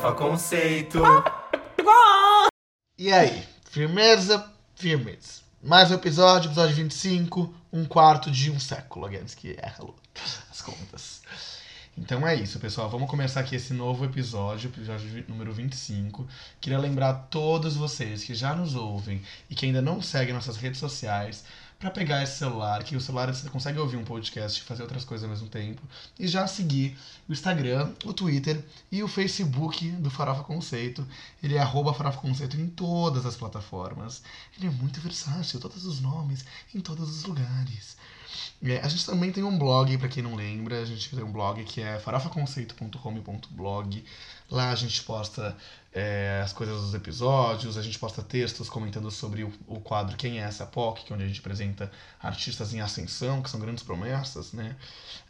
só conceito. E aí, firmeza? Firmes. Mais um episódio, episódio 25, um quarto de um século, against que errou as contas. Então é isso, pessoal. Vamos começar aqui esse novo episódio, episódio vi- número 25. Queria lembrar a todos vocês que já nos ouvem e que ainda não seguem nossas redes sociais para pegar esse celular, que o celular você consegue ouvir um podcast e fazer outras coisas ao mesmo tempo, e já seguir o Instagram, o Twitter e o Facebook do Farofa Conceito. Ele é arroba Farofa Conceito em todas as plataformas. Ele é muito versátil, todos os nomes, em todos os lugares. É, a gente também tem um blog, pra quem não lembra, a gente tem um blog que é farofaconceito.home.blog. Lá a gente posta é, as coisas dos episódios, a gente posta textos comentando sobre o, o quadro Quem é essa POC, que é onde a gente apresenta artistas em ascensão, que são grandes promessas, né?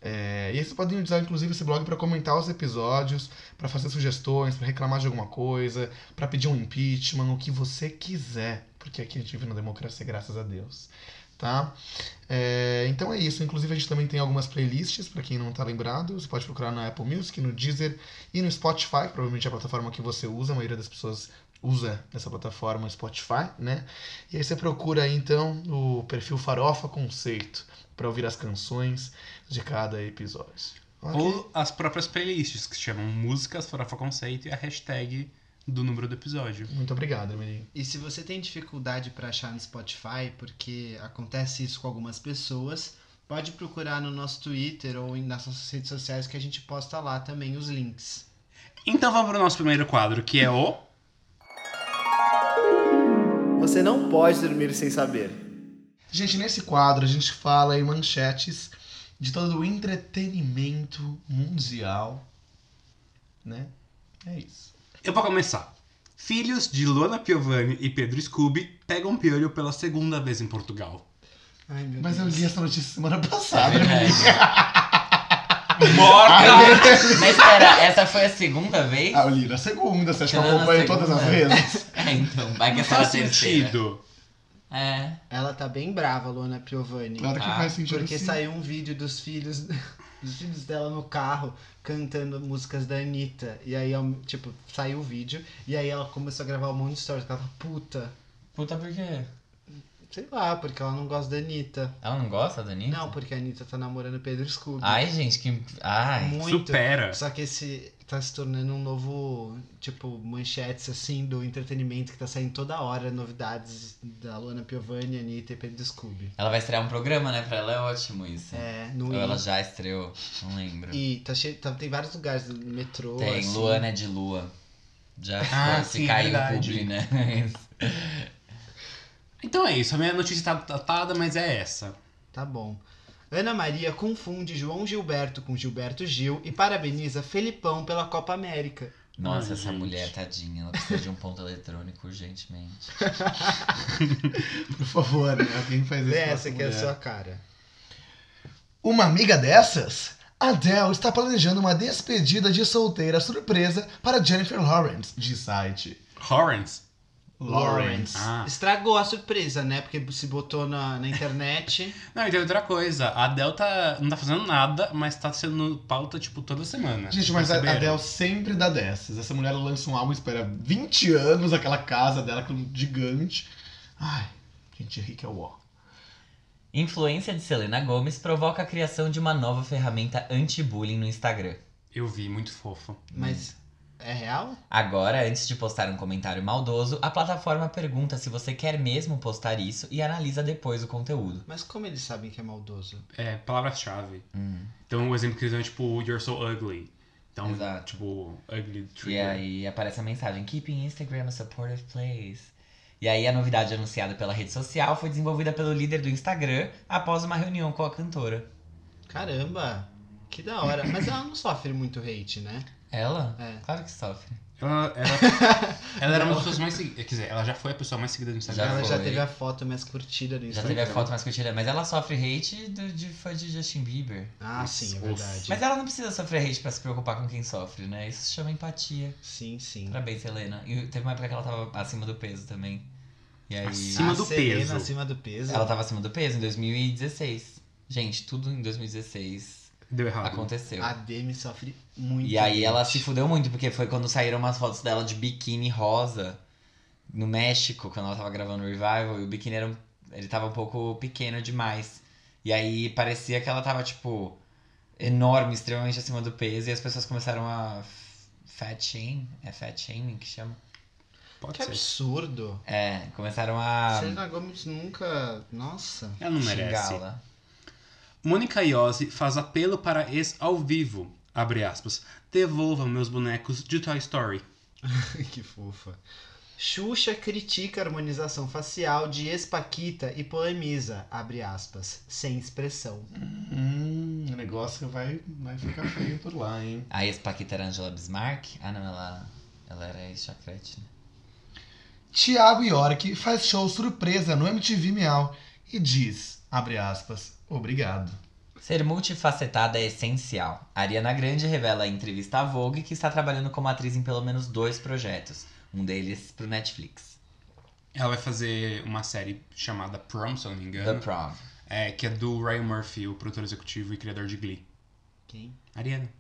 É, e aí vocês podem usar, inclusive, esse blog pra comentar os episódios, pra fazer sugestões, pra reclamar de alguma coisa, pra pedir um impeachment, o que você quiser, porque aqui a gente vive na democracia, graças a Deus. Tá? É, então é isso. Inclusive, a gente também tem algumas playlists, pra quem não tá lembrado. Você pode procurar na Apple Music, no Deezer e no Spotify, que provavelmente é a plataforma que você usa. A maioria das pessoas usa essa plataforma Spotify, né? E aí você procura aí, então o perfil Farofa Conceito pra ouvir as canções de cada episódio. Ok? Ou as próprias playlists, que se chamam Músicas Farofa Conceito e a hashtag do número do episódio. Muito obrigado, Emily. E se você tem dificuldade para achar no Spotify, porque acontece isso com algumas pessoas, pode procurar no nosso Twitter ou em- nas nossas redes sociais que a gente posta lá também os links. Então vamos pro nosso primeiro quadro, que é o. Você não pode dormir sem saber. Gente, nesse quadro a gente fala em manchetes de todo o entretenimento mundial, né? É isso. Eu vou começar. Filhos de Luana Piovani e Pedro Scooby pegam piolho pela segunda vez em Portugal. Ai, meu Mas eu li essa notícia semana Tá passada. Morta! Mas pera, essa foi a segunda vez? Ah, eu li na segunda, você acha que eu Ela na acompanho todas as segunda. vezes? É, então, vai que Não essa era a faz terceira. sentido. É. Ela tá bem brava, Luana Piovani. Claro que Ah, faz sentido. Porque sim. saiu um vídeo dos filhos dos filhos dela no carro cantando músicas da Anitta. E aí, ao- tipo, saiu o vídeo e aí ela começou a gravar um monte de stories. Ela tava puta. Puta, por quê? Sei lá, porque ela não gosta da Anitta. Ela não gosta da Anitta? Não, porque a Anitta tá namorando Pedro Scooby. Ai, gente, que... Ai. Muito. Supera. Só que esse tá se tornando um novo, tipo, manchetes assim do entretenimento que tá saindo toda hora, novidades da Luana Piovani, Anitta e Pedro Scooby. Ela vai estrear um programa, né? Pra ela é ótimo isso. É, no Ou ela I. já estreou, não lembro. E tá cheio, tá- tem vários lugares no metrô. Tem, assim. Luana é de lua. Já Ah, foi, se sim, caiu o verdade. publi, né? Então é isso, a minha notícia tá datada, mas é essa. Tá bom. Ana Maria confunde João Gilberto com Gilberto Gil e parabeniza Felipão pela Copa América. Nossa, Ai, essa gente. mulher, tadinha, ela precisa de um ponto eletrônico urgentemente. Por favor, né? Alguém faz isso. com Essa que é a mulher. sua cara. Uma amiga dessas? Adele está planejando uma despedida de solteira surpresa para Jennifer Lawrence, de site. Horrence. Lawrence. Ah. Estragou a surpresa, né? Porque se botou na, na internet. Não, e tem outra coisa. A Adele tá, não tá fazendo nada, mas tá sendo pauta, tipo, toda semana. Gente, mas a Perceberam? Adele sempre dá dessas. Essa mulher ela lança um álbum, espera 20 anos, aquela casa dela, que é um gigante. Ai, gente rica é o ó. Influência de Selena Gomes provoca a criação de uma nova ferramenta anti-bullying no Instagram. Eu vi, muito fofo. Mas é real? Agora, antes de postar um comentário maldoso, a plataforma pergunta se você quer mesmo postar isso e analisa depois o conteúdo. Mas como eles sabem que é maldoso? É, palavra-chave. Hum. Então, o exemplo que eles dão é, tipo, you're so ugly. Então, Exato. tipo, ugly E trigger. aí aparece a mensagem: Keeping Instagram a supportive place. E aí, a novidade anunciada pela rede social foi desenvolvida pelo líder do Instagram após uma reunião com a cantora. Caramba! Que da hora. Mas ela não sofre muito hate, né? Ela? É. Claro que sofre. Ela, ela, ela era uma Não. das pessoas mais seguidas. Quer dizer, ela já foi a pessoa mais seguida no Instagram. Já ela foi. já teve a foto mais curtida no Já Instagram. teve a foto mais curtida, mas ela sofre hate do, de fã de Justin Bieber. Ah, sim, é verdade. Mas ela não precisa sofrer hate pra se preocupar com quem sofre, né? Isso se chama empatia. Sim, sim. Parabéns, Helena. E teve uma época que ela tava acima do peso também. E aí. Acima A do Selena peso. Acima do peso. Ela tava acima do peso em 2016. Gente, tudo em 2016 Deu errado. Aconteceu. A Demi sofre muito. E aí ela gente. se fudeu muito, porque foi quando saíram umas fotos dela de biquíni rosa no México, quando ela tava gravando o Revival, e o biquíni era um, ele tava um pouco pequeno demais. E aí parecia que ela tava, tipo, enorme, extremamente acima do peso, e as pessoas começaram a f- fat shame, é fat shaming que chama? Pode Que ser. absurdo. É, começaram a Selena Gomes nunca. Nossa. Ela não merece. xingá-la. Mônica Iose faz apelo para ex ao vivo. Abre aspas. Devolvam meus bonecos de Toy Story. que fofa. Xuxa critica a harmonização facial de ex-Paquita e polemiza, abre aspas, sem expressão. Hum, o negócio vai, vai ficar feio por lá, hein? A ex-paquita era Angela Bismarck? Ah, não, ela, ela era ex-chacrete, né? Tiago York faz show surpresa no MTV Miau e diz, abre aspas, obrigado. Ser multifacetada é essencial. Ariana Grande revela em entrevista à Vogue que está trabalhando como atriz em pelo menos dois projetos, um deles pro Netflix, Ela vai fazer uma série chamada Prom, se eu não me The engano. Prom. É, que é do Ryan Murphy, o produtor executivo e criador de Glee. Quem? Ariana.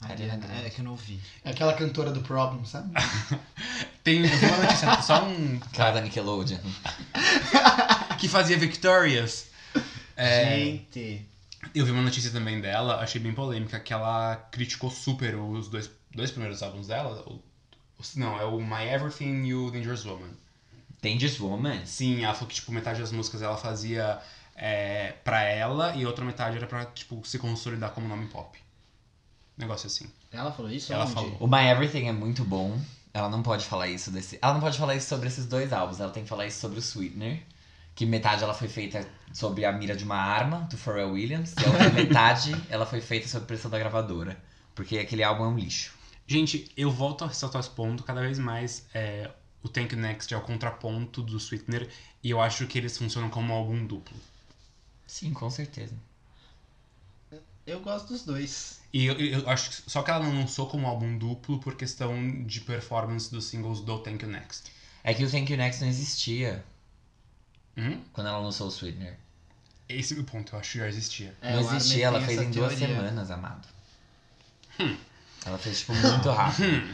Ariana Ariana. Grande. É que eu não vi. É aquela cantora do Problem, sabe? Tem uma notícia, só um. Aquela da Nickelodeon. Que fazia Victorious. É. Gente. Eu vi uma notícia também dela, achei bem polêmica, que ela criticou super os dois, dois primeiros álbuns dela. O, os- não, é o My Everything e o Dangerous Woman. Dangerous Woman? Sim, ela falou que, tipo, metade das músicas ela fazia é, pra ela e outra metade era pra, tipo, se consolidar como nome pop. Negócio assim. Ela falou isso? Ela Onde? falou. O My Everything é muito bom. Ela não pode falar isso desse. Ela não pode falar isso sobre esses dois álbuns. Ela tem que falar isso sobre o Sweetener. Que metade ela foi feita sobre a mira de uma arma, do Pharrell Williams. E a outra metade ela foi feita sob pressão da gravadora. Porque aquele álbum é um lixo. Gente, eu volto a ressaltar esse ponto cada vez mais. é, o Tank Next é o contraponto do Sweetener e eu acho que eles funcionam como um álbum duplo. Sim, com certeza. Eu gosto dos dois. E eu, eu acho que só que ela não lançou como álbum duplo por questão de performance dos singles do Thank You Next. É que o Thank You Next não existia Hum? quando ela lançou o Sweetener. Esse é o meu ponto, eu acho que já existia. É, não o Armin existia, ela tem fez essa em duas teoria. Hum. semanas, amado. Ela fez, tipo, muito rápido.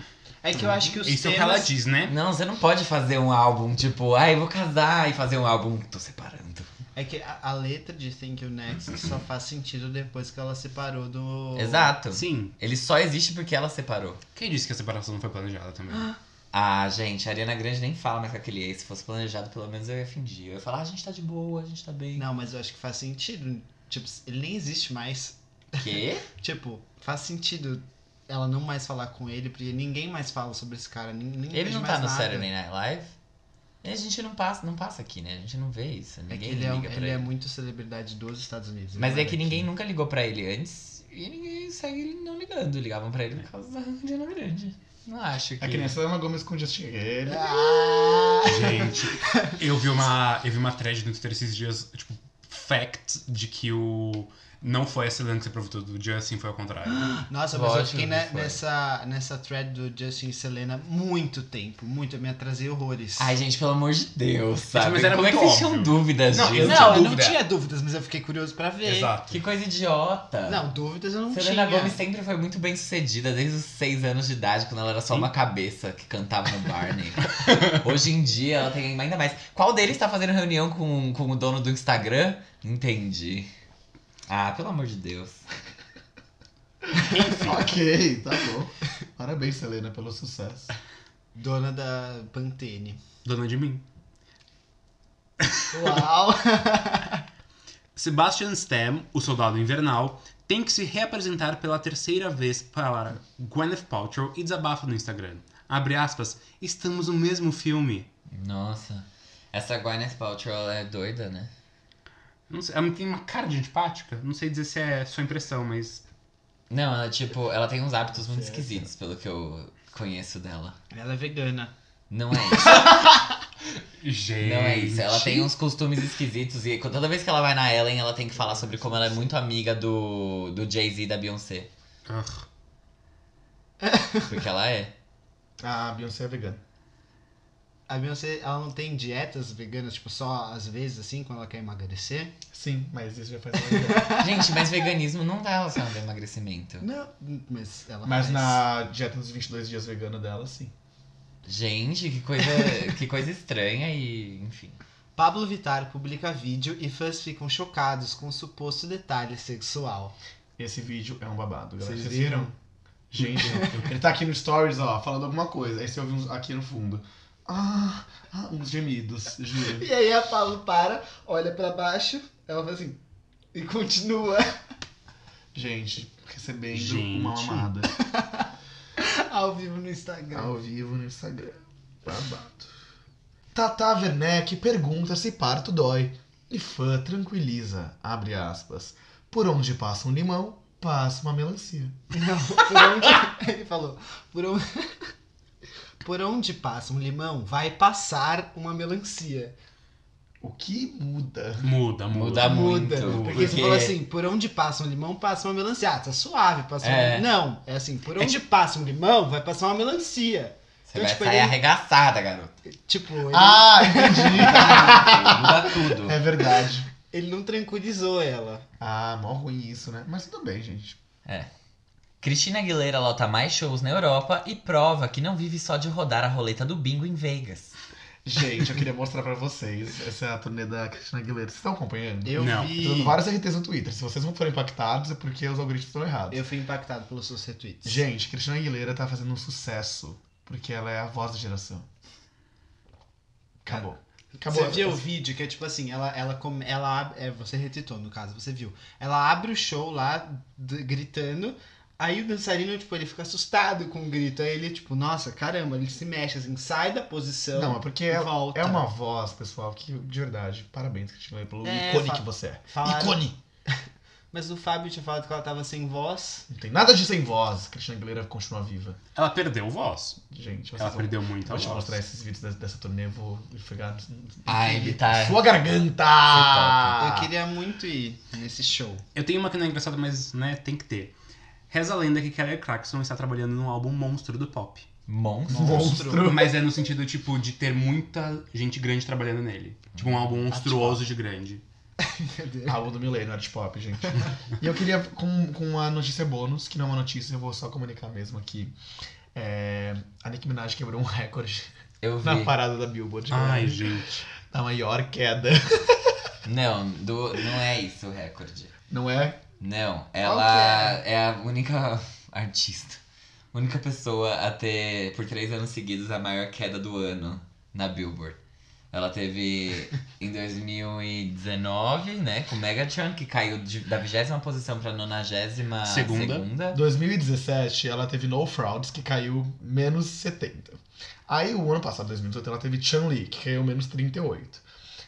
É que eu acho que os Isso é o que ela temas... diz, né? não, você não pode fazer um álbum, tipo, ai, vou casar e fazer um álbum, tô separando. É que a, a letra de Thank You Next só faz sentido depois que ela separou do... Exato. Sim. Ele só existe porque ela separou. Quem disse que a separação não foi planejada também? Ah, gente, a Ariana Grande nem fala mais com aquele ex. Se fosse planejado, pelo menos eu ia fingir. Eu ia falar, ah, a gente tá de boa, a gente tá bem. Não, mas eu acho que faz sentido. Tipo, ele nem existe mais. Quê? Tipo, faz sentido ela não mais falar com ele, porque ninguém mais fala sobre esse cara. nin- Ninguém Ele diz não mais tá no nada. Saturday Night Live? E a gente não passa, não passa aqui, né? A gente não vê isso. É que Ninguém ele, é, um- liga pra ele ele. é muito celebridade dos Estados Unidos. né? ele Mas não é que ninguém daqui. nunca ligou pra ele antes e ninguém segue ele não ligando. Ligavam pra ele por causa da Ariana Grande. Não acho que. É que nem a Selena Gomes com Justin Ele. Ah! Gente, eu vi uma, eu vi uma thread no Twitter esses dias, tipo, fact de que o não foi a Selena que se aproveitou do Justin, foi ao contrário. Ah. Nossa, mas eu Lógico fiquei que ne- foi. nessa, nessa thread do Justin e Selena muito tempo, muito. Eu me atrasei horrores. Ai, gente, pelo amor de Deus, sabe? mas era Como é que muito vocês tinham óbvio. dúvidas Não, eu disso? não, eu não dúvida. tinha dúvidas, mas eu fiquei curioso pra ver. Exato. Que coisa idiota. Não, dúvidas eu não Selena tinha. Gomez sempre foi muito bem sucedida, desde os seis anos de idade, quando ela era só Sim. uma cabeça que cantava no Barney. Hoje em dia ela tem ainda mais. Qual deles tá fazendo reunião com, com o dono do Instagram? Entendi. Ah, pelo amor de Deus. ok, tá bom. Parabéns, Selena, pelo sucesso. Dona da Pantene. Dona de mim. Uau! Sebastian Stan, o soldado invernal, tem que se reapresentar pela terceira vez para Gwyneth Paltrow e desabafa no Instagram. Abre aspas, estamos no mesmo filme. Nossa. Essa Gwyneth Paltrow ela é doida, né? Não sei, ela tem uma cara de antipática. Não sei dizer se é sua impressão, mas Não, ela tipo, ela tem uns hábitos muito Certo. esquisitos, pelo que eu conheço dela. ela é vegana. Não é isso. gente. Não é isso. Ela tem uns costumes esquisitos e quando- toda vez que ela vai na Ellen, ela tem que falar sobre como ela é muito amiga do, do Jay-Z e da Beyoncé. Ah. Ugh. Porque ela é. Ah, Beyoncé é vegana. a Beyoncé, ela não tem dietas veganas, tipo, só às vezes, assim, quando ela quer emagrecer? Sim, mas isso já faz uma Gente, mas veganismo não tá relacionado ao emagrecimento. Não, mas ela Mas faz. na dieta dos 22 dias vegana dela, sim. Gente, que coisa, que coisa estranha e, enfim. Pablo Vittar publica vídeo e fãs ficam chocados com o suposto detalhe sexual. Esse vídeo é um babado, galera. Vocês Vocês viram? Gente, ele tá aqui no Stories, ó, falando alguma coisa. Aí você ouve uns aqui no fundo. Ah, ah, uns gemidos, juro. E aí a Pablo para, olha pra baixo, ela faz assim. E continua. Gente, recebendo Gente. uma mamada. Ao vivo no Instagram. Ao vivo no Instagram. Babado. Tata Werneck pergunta se parto dói. E fã tranquiliza, abre aspas. Por onde passa um limão, passa uma melancia. Por onde... Ele falou. Por onde... Por onde passa um limão, vai passar uma melancia. O que muda? Muda, muda. Muda muito. né? Porque, você falou assim, por onde passa um limão, passa uma melancia. Ah, tá suave, passa É. um Não, é assim, por onde passa um limão, vai passar uma melancia. Você então, vai tipo, sair ele- arregaçada, garota. Tipo, ele, Ah, entendi. Muda tudo. é verdade. ele não tranquilizou ela. Ah, mó ruim isso, né? Mas tudo bem, gente. Cristina Aguilera lota mais shows na Europa e prova que não vive só de rodar a roleta do bingo em Vegas. Gente, eu queria mostrar pra vocês essa é turnê da Cristina Aguilera. Vocês estão acompanhando? Eu Não, Tô vi. dando vários RTs no Twitter. Se vocês não forem impactados, é porque os algoritmos estão errados. Eu fui impactado pelos seus retweets. Gente, Cristina Aguilera tá fazendo um sucesso, porque ela é a voz da geração. Acabou. Acabou. Você viu o vídeo que é tipo assim, ela, ela, come- ela ab- é, você retweetou no caso, você viu. Ela abre o show lá, d- gritando, aí o dançarino, tipo, ele fica assustado com o grito. Aí ele, tipo, nossa, caramba, ele se mexe assim, sai da posição Não, é porque e ela volta. é uma voz, pessoal, que de verdade, parabéns, Cristina, pelo É, ícone fa- que você é. Falaram- Ícone! Mas o Fábio tinha falado que ela tava sem voz. Não tem nada de sem voz. Cristina Aguilera continua viva. Ela perdeu voz. Gente, vocês Ela vão- perdeu muito a Então, Vou te voz. mostrar esses vídeos dessa, dessa turnê, eu vou pegar Ai, ele tá- Sua garganta! Ah. Foi Eu queria muito ir nesse show. Eu tenho uma que não é engraçada, mas né, tem que ter. Reza a lenda que Kelly Clarkson está trabalhando num álbum monstro do pop. Monstro. Monstro. Mas é no sentido, tipo, de ter muita gente grande trabalhando nele. Tipo, um álbum monstruoso de grande. Meu Deus. Álbum do Milênio, art pop, gente. e eu queria, com, com uma notícia bônus, que não é uma notícia, eu vou só comunicar mesmo aqui. É, a Nicki Minaj quebrou um recorde Eu na vi. parada da Billboard. Ai, gente. Da maior queda. Não, do, não é isso o recorde. Não é? Não, ela é a única artista, única pessoa a ter, por três anos seguidos, a maior queda do ano na Billboard. Ela teve em 2019, né, com Megatron, que caiu de- da vigésima posição pra nonagésima Segunda. segunda. 2017, ela teve No Frauds, que caiu menos 70. Aí, o ano passado, 2018, ela teve Chun-Li, que caiu menos 38.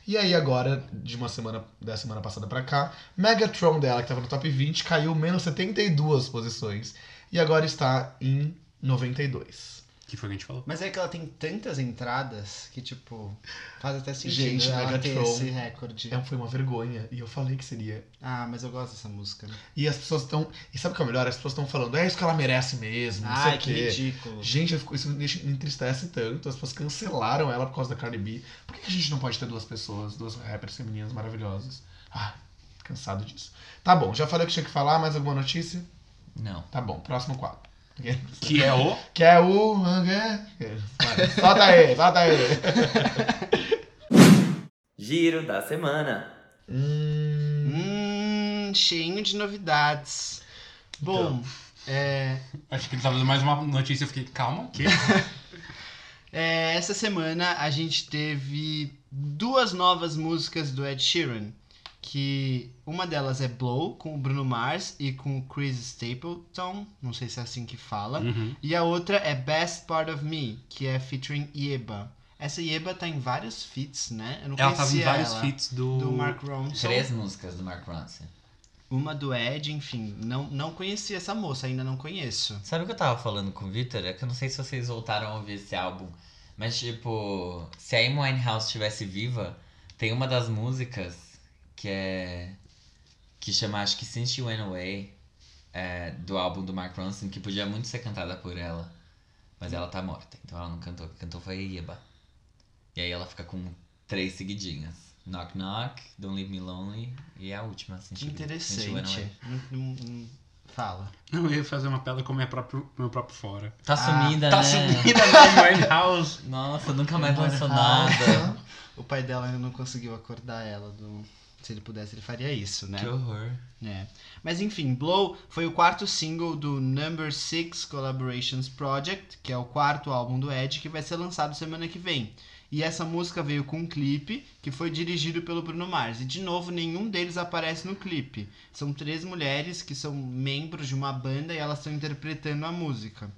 E aí, agora, de uma semana, da semana passada pra cá, Megatron dela, que tava no top 20, caiu menos 72 posições. E agora está em 92. Que foi o que a gente falou? Mas é que ela tem tantas entradas que, tipo, faz até sentido Gente, ela ter Megatron. esse recorde. É, foi uma vergonha, e eu falei que seria. Ah, mas eu gosto dessa música. E as pessoas estão... E sabe o que é o melhor? As pessoas estão falando, é isso que ela merece mesmo, não sei Ai, o que quê. ridículo. Gente, eu fico- isso me, deixa, me entristece tanto. As pessoas cancelaram ela por causa da Cardi B. Por que que a gente não pode ter duas pessoas, duas rappers femininas maravilhosas? Ah, cansado disso. Tá bom, já falei o que tinha que falar. Mais alguma notícia? Não. Tá bom, próximo quadro. Que é o. Que é o. Solta aí, solta aí. Giro da semana. Hum, Hum, cheinho de novidades. Então. Bom, é, Acho que ele tava dando mais uma notícia. Eu fiquei, calma, o quê? é, essa semana a gente teve duas novas músicas do Ed Sheeran. Que uma delas é Blow, com o Bruno Mars e com o Chris Stapleton, não sei se é assim que fala. Uhum. E a outra é Best Part of Me, que é featuring Ieba. Essa Ieba tá em vários feats, né? Eu não Ela tava em conhecia vários ela. feats do. Do Mark Ronson. Três músicas do Mark Ronson. Uma do Ed, enfim. Não, não conheci essa moça, ainda não conheço. Sabe o que eu tava falando com o Victor? É que eu não sei se vocês voltaram a ouvir esse álbum. Mas, tipo, se a Amy Winehouse estivesse viva, tem uma das músicas que é. que chama, acho que Since You Went Away, é, do álbum do Mark Ronson, que podia muito ser cantada por ela. Mas ela tá morta, então ela não cantou. Quem cantou foi a Ieba. E aí ela fica com três seguidinhas. Knock Knock, Don't Leave Me Lonely e a última, assim. Que interessante. Não- não- não- Fala. Não, eu ia fazer uma piada com o meu próprio, meu próprio fora. Tá sumida, tá né? sumida, né? Winehouse. Nossa, nunca mais Amor, lançou ah, nada. O pai dela ainda não conseguiu acordar ela do. Se ele pudesse, ele faria isso, né? Que horror. É. Mas enfim, Blow foi o quarto single do Number 6 Collaborations Project, que é o quarto álbum do Ed, que vai ser lançado semana que vem. E essa música veio com um clipe que foi dirigido pelo Bruno Mars. E de novo, nenhum deles aparece no clipe. São três mulheres que são membros de uma banda e elas estão interpretando a música.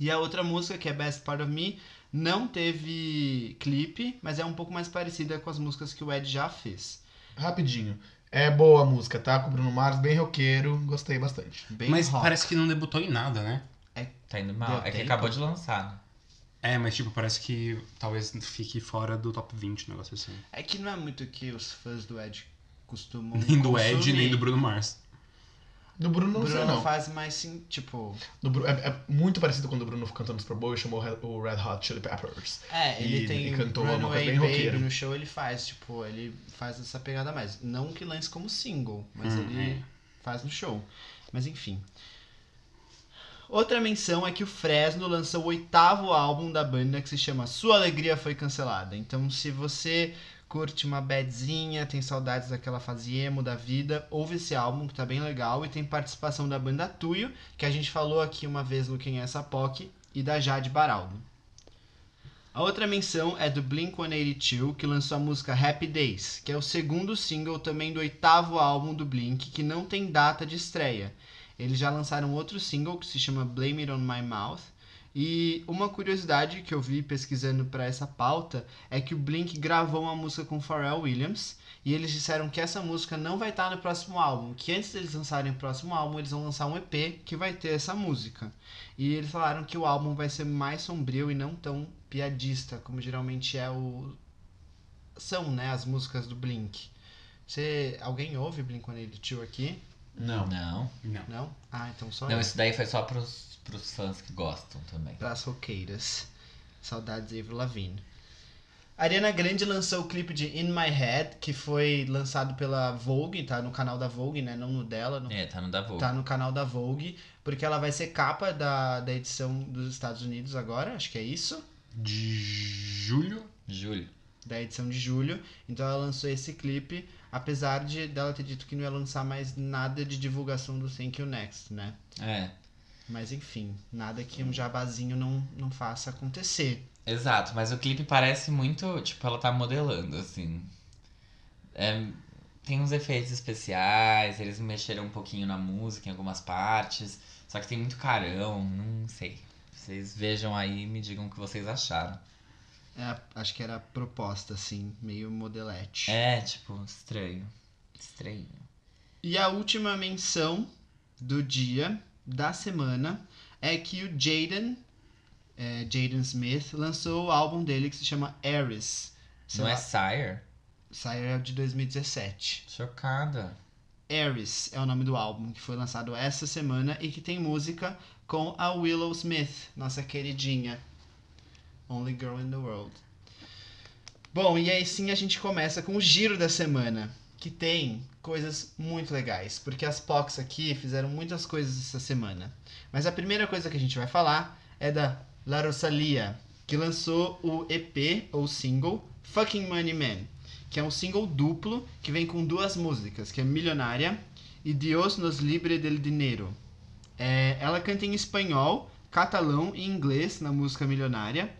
E a outra música, que é Best Part of Me, não teve clipe, mas é um pouco mais parecida com as músicas que o Ed já fez. Rapidinho. É boa a música, tá? Com o Bruno Mars, bem roqueiro, gostei bastante. Bem Mas rock. parece que não debutou em nada, né? Tá indo mal. Deu é que tempo? acabou de lançar, né? É, mas tipo, parece que talvez fique fora do top 20, um negócio assim. É que não é muito o que os fãs do Ed costumam. Nem do Um consumir. Ed, nem do Bruno Mars. Do Bruno, não Bruno sei não. faz mais sim, tipo. Do Bru- é, é muito parecido quando o Bruno cantando Super Bowl e chamou o Red- o Red Hot Chili Peppers. É, ele E- tem e cantou uma Runaway coisa bem Baby roqueiro. no show, ele faz, tipo, ele faz essa pegada mais. Não que lance como single, mas Hum, ele é. faz no show. Mas enfim. Outra menção é que o Fresno lançou o oitavo álbum da banda que se chama Sua Alegria Foi Cancelada. Então, se você curte uma badzinha, tem saudades daquela fase emo da vida, ouve esse álbum que tá bem legal e tem participação da banda Tuyo, que a gente falou aqui uma vez no Quem é essa POC, e da Jade Baraldo. A outra menção é do Blink-182, que lançou a música Happy Days, que é o segundo single também do oitavo álbum do Blink, que não tem data de estreia. Eles já lançaram outro single que se chama Blame It On My Mouth. E uma curiosidade que eu vi pesquisando para essa pauta é que o Blink gravou uma música com Pharrell Williams e eles disseram que essa música não vai estar no próximo álbum, que antes deles lançarem o próximo álbum, eles vão lançar um EP que vai ter essa música. E eles falaram que o álbum vai ser mais sombrio e não tão piadista, como geralmente é o. São, né, as músicas do Blink. Você. Alguém ouve Blink quando ele tio aqui? Não. Não. Não. Não? Ah, então só Não, eu. isso daí foi só pros, pros fãs que gostam também. Pras roqueiras. Saudades Avril Lavigne. Ariana Grande lançou o clipe de In My Head, que foi lançado pela Vogue, tá no canal da Vogue, né? Não no dela, no É, tá no Davo. tá no canal da Vogue, porque ela vai ser capa da, da edição dos Estados Unidos agora, acho que é isso, De julho? Júlio. da edição de julho. Então ela lançou esse clipe, apesar de dela ter dito que não ia lançar mais nada de divulgação do Thank You Next, né? É. Mas enfim, nada que um jabazinho não, não faça acontecer. Exato, mas o clipe parece muito. Tipo, ela tá modelando, assim. É, tem uns efeitos especiais, eles mexeram um pouquinho na música em algumas partes. Só que tem muito carão, não sei. Vocês vejam aí e me digam o que vocês acharam. É, acho que era a proposta, assim, meio modelete. É, tipo, estranho. Estranho. E a última menção do dia, da semana, é que o Jaden, é, Jaden Smith, lançou o álbum dele que se chama Ares. não é Sire? Saiu é de 2017. Chocada. Ares é o nome do álbum, que foi lançado essa semana e que tem música com a Willow Smith, nossa queridinha. Only Girl in the World. Bom, e aí sim a gente começa com o giro da semana, que tem coisas muito legais, porque as POCs aqui fizeram muitas coisas essa semana. Mas a primeira coisa que a gente vai falar é da La Rosalia, que lançou o EP ou single Fucking Money Man, que é um single duplo que vem com duas músicas, que é Milionária e Dios nos libre del dinero. É, ela canta em espanhol, catalão e inglês na música Milionária.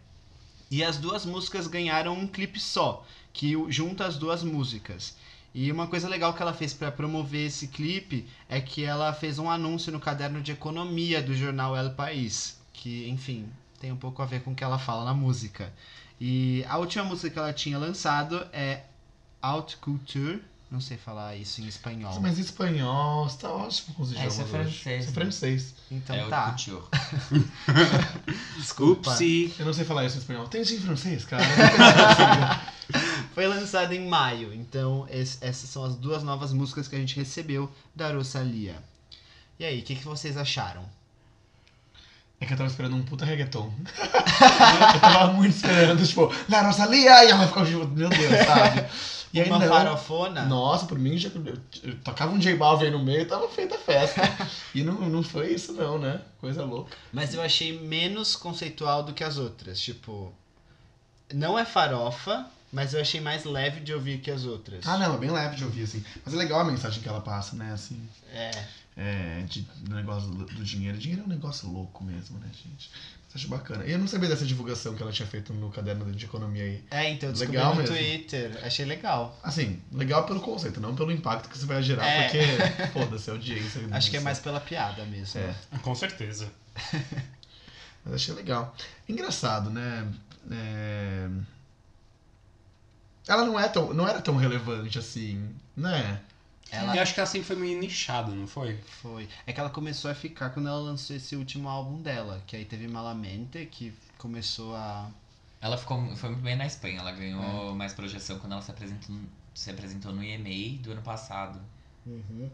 E as duas músicas ganharam um clipe só, que o- junta as duas músicas. E uma coisa legal que ela fez para promover esse clipe é que ela fez um anúncio no caderno de economia do jornal El País, que, enfim, tem um pouco a ver com o que ela fala na música. E a última música que ela tinha lançado é Haute Couture, não sei falar isso em espanhol. Mas espanhol, você tá ótimo com os É, idiomas isso é hoje. francês, Isso é né? francês. Então é o tá. Couture. Desculpa. Upsi. Eu não sei falar isso em espanhol. Tem isso em francês, cara. Foi lançado em maio, então es- essas são as duas novas músicas que a gente recebeu da Rosalia. E aí, o que, que vocês acharam? É que eu tava esperando um puta reggaeton. eu tava muito esperando, tipo, na nossa Lia, e ela ficava, tipo, meu Deus, sabe? E aí Uma não. farofona. Nossa, por mim, já, eu, eu tocava um J Balvin aí no meio e tava feita a festa. e não, não foi isso não, né? Coisa louca. Mas eu achei menos conceitual do que as outras. Tipo, não é farofa, mas eu achei mais leve de ouvir que as outras. Ah, não, é bem leve de ouvir, assim. Mas é legal a mensagem que ela passa, né, assim. É. É, de, do negócio do, do dinheiro. Dinheiro é um negócio louco mesmo, né, gente? Mas acho bacana. E eu não sabia dessa divulgação que ela tinha feito no caderno de economia aí. É, então eu descobri Legal no mesmo. Twitter. Achei legal. Assim, legal pelo conceito, não pelo impacto que você vai gerar, É. porque, foda-se, a audiência. Acho que é nossa. mais pela piada mesmo. Uhum, É. Com certeza. Mas achei legal. Engraçado, né? É, Ela não, é tão, não era tão relevante assim, né? Ela Eu acho que ela sempre foi meio nichada, não foi? foi. É que ela começou a ficar quando ela lançou esse último álbum dela. Que aí teve Malamente, que começou a. Ela ficou, foi muito bem na Espanha, ela ganhou mais projeção quando ela se apresentou, se apresentou no EMA do ano passado. Uhum.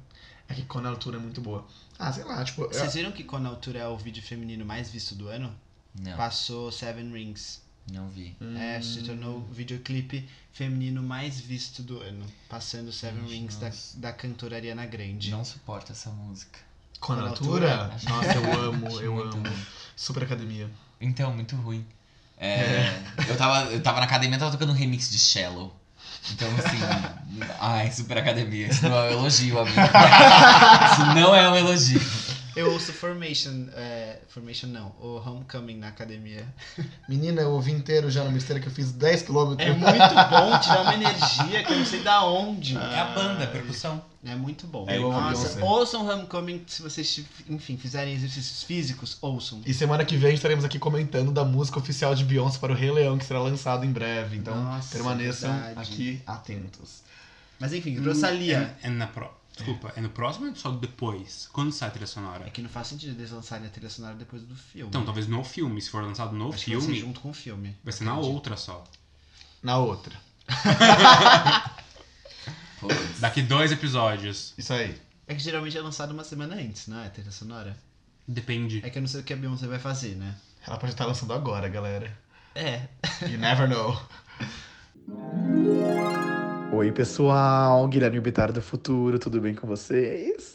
É que quando a altura é muito boa. Ah, sei lá, tipo. eu- Vocês viram que quando a altura é o vídeo feminino mais visto do ano? Não, Passou Seven Rings. não vi. É, se tornou o videoclipe feminino mais visto do ano, passando Seven Gente, Rings da, nossa. da cantora Ariana Grande. Não suporto essa música. Quando a quando a altura. altura- Nossa, eu amo, Acho é eu muito amo. ruim. Super academia. Então, muito ruim. É, eu, tava, eu tava na academia e tava tocando um remix de Shallow. Então, assim. ai, super academia. Isso não é um elogio, amigo. Isso não é um elogio. Eu ouço Formation, é, Formation não, o Homecoming na academia. Menina, eu ouvi inteiro já no mistério que eu fiz 10km. É muito bom, te dá uma energia que eu não sei da onde. É a banda, a percussão. É muito bom. É igual a Nossa, Beyoncé. ouçam Homecoming se vocês, enfim, fizerem exercícios físicos, ouçam. E semana que vem estaremos aqui comentando da música oficial de Beyoncé para o Rei Leão, que será lançado em breve. Então Nossa, permaneçam verdade. aqui atentos. Mas enfim, Hum, eu trouxe a Lia. É, é na pro... Desculpa, é no próximo ou só depois? Quando sai a trilha É sonora? que não faz sentido eles lançarem a trilha sonora depois do filme. Então, talvez no filme. Se for lançado no Acho que vai ser filme, junto com o filme. vai ser na Entendi. outra só. Na outra. Putz. Daqui dois episódios. Isso aí. É que geralmente é lançado uma semana antes, não é? A trilha sonora. Depende. É que eu não sei o que a Beyoncé vai fazer, né? Ela pode estar lançando agora, galera. É. You never know. Oi, pessoal, Guilherme Bittar do Futuro, tudo bem com vocês?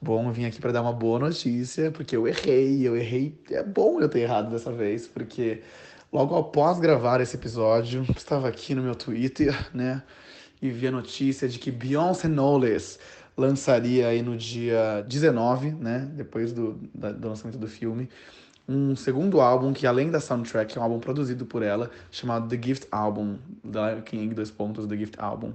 Bom, eu vim aqui para dar uma boa notícia, porque eu errei, eu errei. É bom eu ter errado dessa vez, porque logo após gravar esse episódio, estava aqui no meu Twitter, né, e vi a notícia de que Beyoncé Knowles lançaria aí no dia 19, né, depois do, da- do lançamento do filme, um segundo álbum que além da soundtrack é um álbum produzido por ela chamado The Gift Album da Lion King dois pontos The Gift Album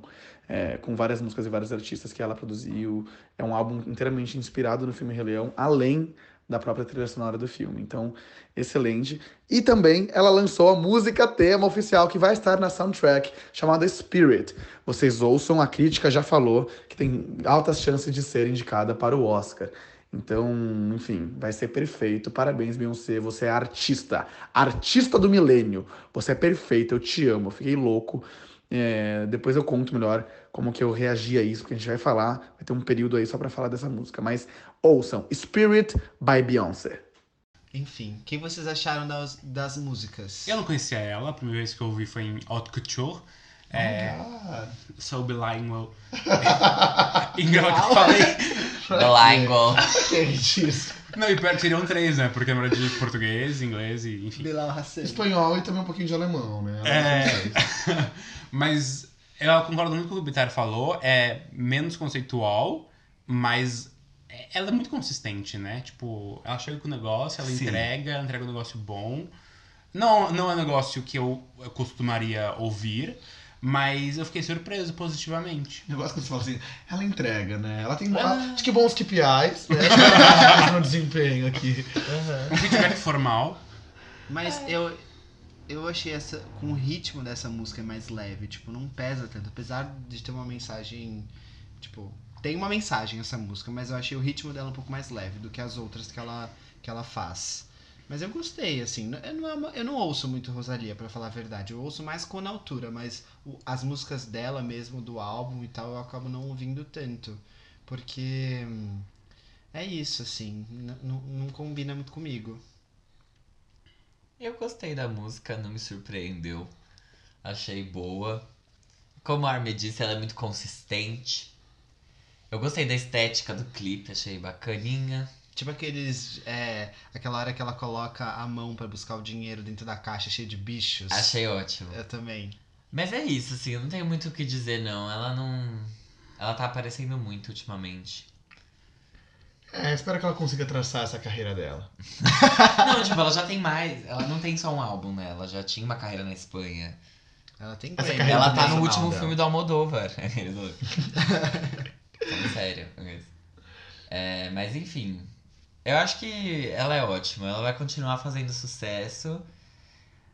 é, com várias músicas e vários artistas que ela produziu é um álbum inteiramente inspirado no filme Rei Leão além da própria trilha sonora do filme então excelente e também ela lançou a música tema oficial que vai estar na soundtrack chamada Spirit vocês ouçam a crítica já falou que tem altas chances de ser indicada para o Oscar então, enfim, vai ser perfeito. Parabéns, Beyoncé. Você é artista. Artista do milênio. Você é perfeita. Eu te amo. Eu fiquei louco. É, depois eu conto melhor como que eu reagi a isso, porque a gente vai falar. Vai ter um período aí só pra falar dessa música. Mas ouçam Spirit by Beyoncé. Enfim, o que vocês acharam das, das músicas? Eu não conhecia ela, a primeira vez que eu ouvi foi em Haute Couture. É. Sob Linewell. Engraçado que eu falei. Bilingual. Gente, isso. Não, e pior que seriam três, né? Porque era de português, inglês e enfim. Bilal Hassani. Espanhol e também um pouquinho de alemão, né? É. Mas eu concordo muito com o que o Bitar falou. É menos conceitual, mas é- ela é muito consistente, né? Tipo, ela chega com o negócio, ela Sim. entrega, ela entrega um negócio bom. Não, não é um negócio que eu costumaria ouvir, mas eu fiquei surpreso positivamente. Eu gosto quando você fala assim, ela entrega, né? Ela tem. ela- Acho que bons KPIs, né? Mas no desempenho aqui. Um feedback formal. Mas eu, eu achei essa, com o ritmo dessa música é mais leve, tipo, não pesa tanto. Apesar de ter uma mensagem, tipo, tem uma mensagem essa música, mas eu achei o ritmo dela um pouco mais leve do que as outras que ela, que ela faz. Mas eu gostei, assim, n- eu não, é uma- eu não ouço muito Rosalia, pra falar a verdade. Eu ouço mais com na altura, mas o- as músicas dela mesmo, do álbum e tal, eu acabo não ouvindo tanto. Porque hum, é isso, assim, n- não não combina muito comigo. Eu gostei da música, não me surpreendeu. Achei boa. Como a Armin disse, ela é muito consistente. Eu gostei da estética do clipe, achei bacaninha. Tipo aqueles. É, aquela hora que ela coloca a mão pra buscar o dinheiro dentro da caixa cheia de bichos. Achei ótimo. Eu também. Mas é isso, assim, eu não tenho muito o que dizer, não. Ela não. Ela tá aparecendo muito ultimamente. É, espero que ela consiga traçar essa carreira dela. Não, tipo, ela já tem mais. Ela não tem só um álbum, né? Ela já tinha uma carreira na Espanha. Ela tem Essa Grammy. carreira ela tá internacional no último dela. filme do Almodóvar. Falando sério. É, mas enfim. Eu acho que ela é ótima. Ela vai continuar fazendo sucesso.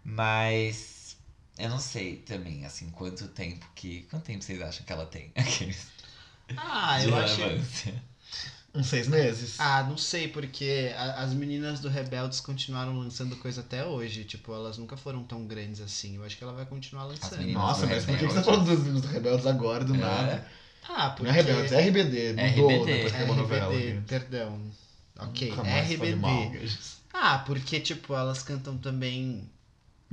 Mas eu não sei também, assim, quanto tempo que. Quanto tempo vocês acham que ela tem? Aqueles Ah, de eu achei. relevância. Uns seis meses? Ah, não sei, porque a- as meninas do Rebeldes continuaram lançando coisa até hoje. Tipo, elas nunca foram tão grandes assim. Eu acho que ela vai continuar lançando. meninas- Nossa, mas por que que você tá Rebeldes. falando dos meninos do Rebeldes agora, do É. nada? Ah, Não porque. é Rebeldes, é RBD. Mudou RBD, depois que é uma novela. RBD, gente. perdão. Ok, Nunca mais foi RBD. mal, gente. Ah, porque, tipo, elas cantam também.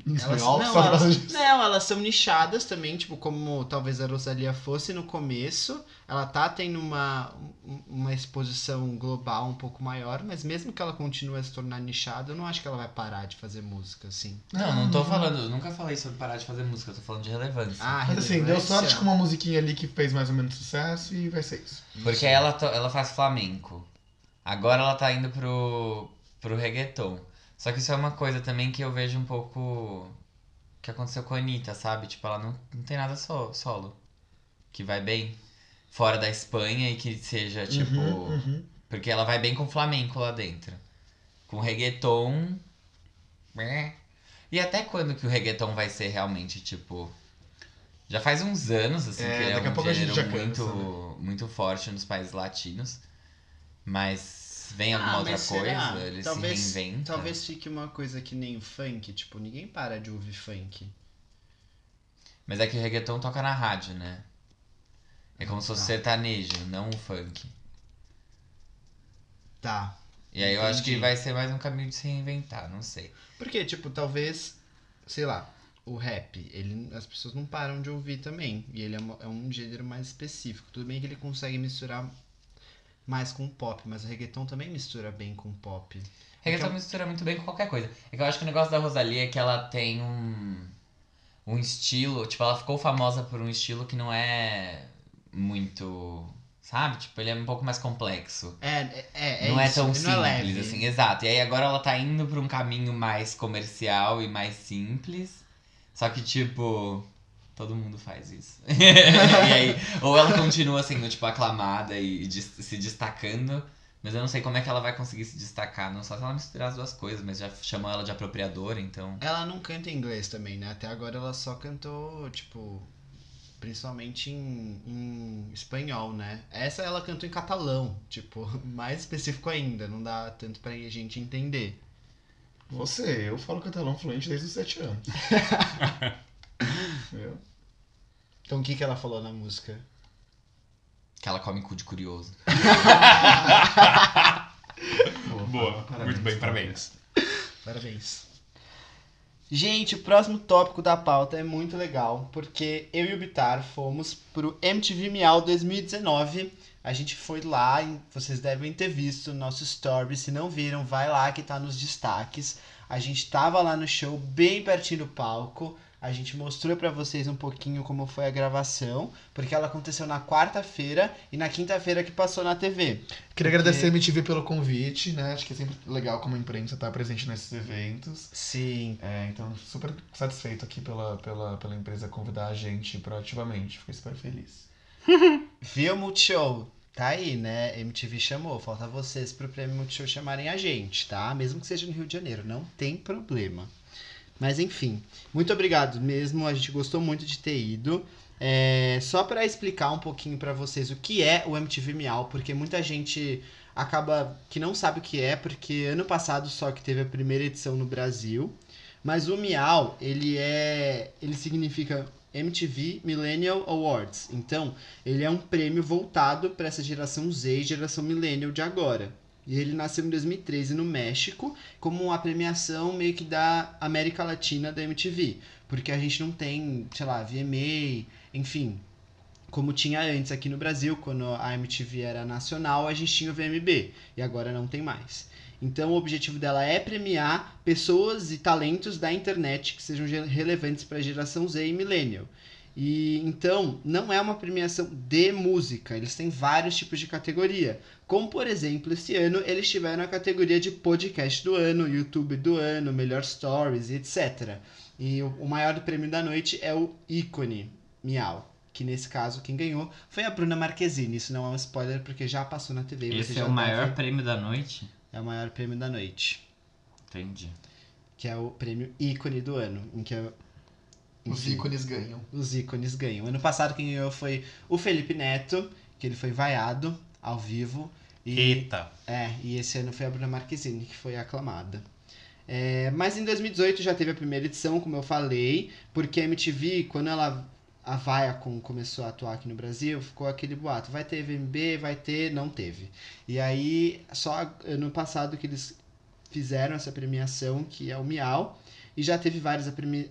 Em Elas, espanhol, não, só fala elas, disso. não, elas são nichadas também, tipo, como talvez a Rosalia fosse no começo. Ela tá tendo uma, um- uma exposição global um pouco maior, mas mesmo que ela continue a se tornar nichada, eu não acho que ela vai parar de fazer música, assim. Não, não tô falando, eu nunca falei sobre parar de fazer música, eu tô falando de relevância. Ah, Mas assim, deu relevância. sorte com uma musiquinha ali que fez mais ou menos sucesso e vai ser isso. Porque ela, to- ela faz flamenco. Agora ela tá indo pro, pro reggaeton. Só que isso é uma coisa também que eu vejo um pouco que aconteceu com a Anitta, sabe? Tipo, ela não, não tem nada so- solo. Que vai bem fora da Espanha e que seja, tipo. Uhum, uhum. Porque ela vai bem com flamenco lá dentro. Com reggaeton. né? E até quando que o reggaeton vai ser realmente, tipo. Já faz uns anos, assim, É, que ele é daqui a um pouco a gente gênero já cansa, né? muito, muito forte nos países latinos. Mas vem alguma Ah, outra mas coisa, será? ele Talvez- se reinventa. Talvez fique uma coisa que nem o funk, tipo, ninguém para de ouvir funk. Mas é que o reggaeton toca na rádio, né? É como se fosse Tá. sertanejo, não o funk. Tá. E aí eu acho que Entendi. vai ser mais um caminho de se reinventar, não sei. Porque, tipo, talvez, sei lá, o rap, ele, as pessoas não param de ouvir também. E ele é, uma- é um gênero mais específico. Tudo bem que ele consegue misturar mais com o pop, mas o reggaeton também mistura bem com o pop. Reggaeton Então- mistura muito bem com qualquer coisa. É que eu acho que o negócio da Rosalia é que ela tem um, um estilo. Tipo, ela ficou famosa por um estilo que não é muito. Sabe? Tipo, ele é um pouco mais complexo. É, é, é, não isso, é tão ele simples, não é leve. assim, exato. E aí agora ela tá indo pra um caminho mais comercial e mais simples. Só que, tipo, todo mundo faz isso. e aí, ou ela continua sendo, tipo, aclamada e des- se destacando. Mas eu não sei como é que ela vai conseguir se destacar. Não só se ela misturar as duas coisas, mas já chamam ela de apropriadora, então. Ela não canta em inglês também, né? Até agora ela só cantou, tipo, principalmente em, em espanhol, né? Essa ela cantou em catalão, tipo, mais específico ainda, não dá tanto pra gente entender. Você, eu falo catalão fluente desde os sete anos. eu? Então o que, que ela falou na música? Que ela come cu de curioso. Boa, muito bem, parabéns. Parabéns. Gente, o próximo tópico da pauta é muito legal, porque eu e o Bitar fomos pro MTV Miau 2019. A gente foi lá, e vocês devem ter visto o nosso story. Se não viram, vai lá que tá nos destaques. A gente tava lá no show, bem pertinho do palco. A gente mostrou pra vocês um pouquinho como foi a gravação, porque ela aconteceu na quarta-feira e na quinta-feira que passou na TV. Queria agradecer a MTV pelo convite, né? Acho que é sempre legal como a imprensa estar presente nesses eventos. Sim, É, então, super satisfeito aqui pela, pela, pela empresa convidar a gente proativamente. Fiquei super feliz. Viu, Multishow? Tá aí, né? MTV chamou. Falta vocês pro prêmio Multishow chamarem a gente, tá? Mesmo que seja no Rio de Janeiro, não tem problema. Mas enfim, muito obrigado mesmo. A gente gostou muito de ter ido. É, só pra explicar um pouquinho pra vocês o que é o MTV Miau, porque muita gente acaba que não sabe o que é, porque ano passado só que teve a primeira edição no Brasil. Mas o Miau, ele é, ele significa MTV Millennial Awards. Então, ele é um prêmio voltado para essa geração Z e geração millennial de agora. E ele nasceu em 2013 no México, como a premiação meio que da América Latina da MTV. Porque a gente não tem, sei lá, VMA, enfim. Como tinha antes aqui no Brasil, quando a MTV era nacional, a gente tinha o VMB. E agora não tem mais. Então o objetivo dela é premiar pessoas e talentos da internet que sejam ge- relevantes para a geração Z e Millennial. E então não é uma premiação de música, eles têm vários tipos de categoria. Como por exemplo, esse ano eles tiveram a categoria de podcast do ano, YouTube do ano, melhor stories e etc. E o, o maior prêmio da noite é o ícone Miau, que nesse caso quem ganhou foi a Bruna Marquezine. Isso não é um spoiler porque já passou na TV. você Esse é já o tá maior vendo. prêmio da noite? É o maior prêmio da noite, Entendi. que é o prêmio ícone do ano, em que é eu- Os enfim, ícones ganham. os ícones ganham. Ano passado quem ganhou foi o Felipe Neto, que ele foi vaiado ao vivo. E, Eita. é, e esse ano foi a Bruna Marquezine, que foi aclamada. É, mas em 2018 já teve a primeira edição, como eu falei, porque a MTV, quando ela a Viacom começou a atuar aqui no Brasil, ficou aquele boato, vai ter VMB, vai ter, não teve. E aí, só ano passado que eles fizeram essa premiação, que é o Miau, e já teve várias apremi-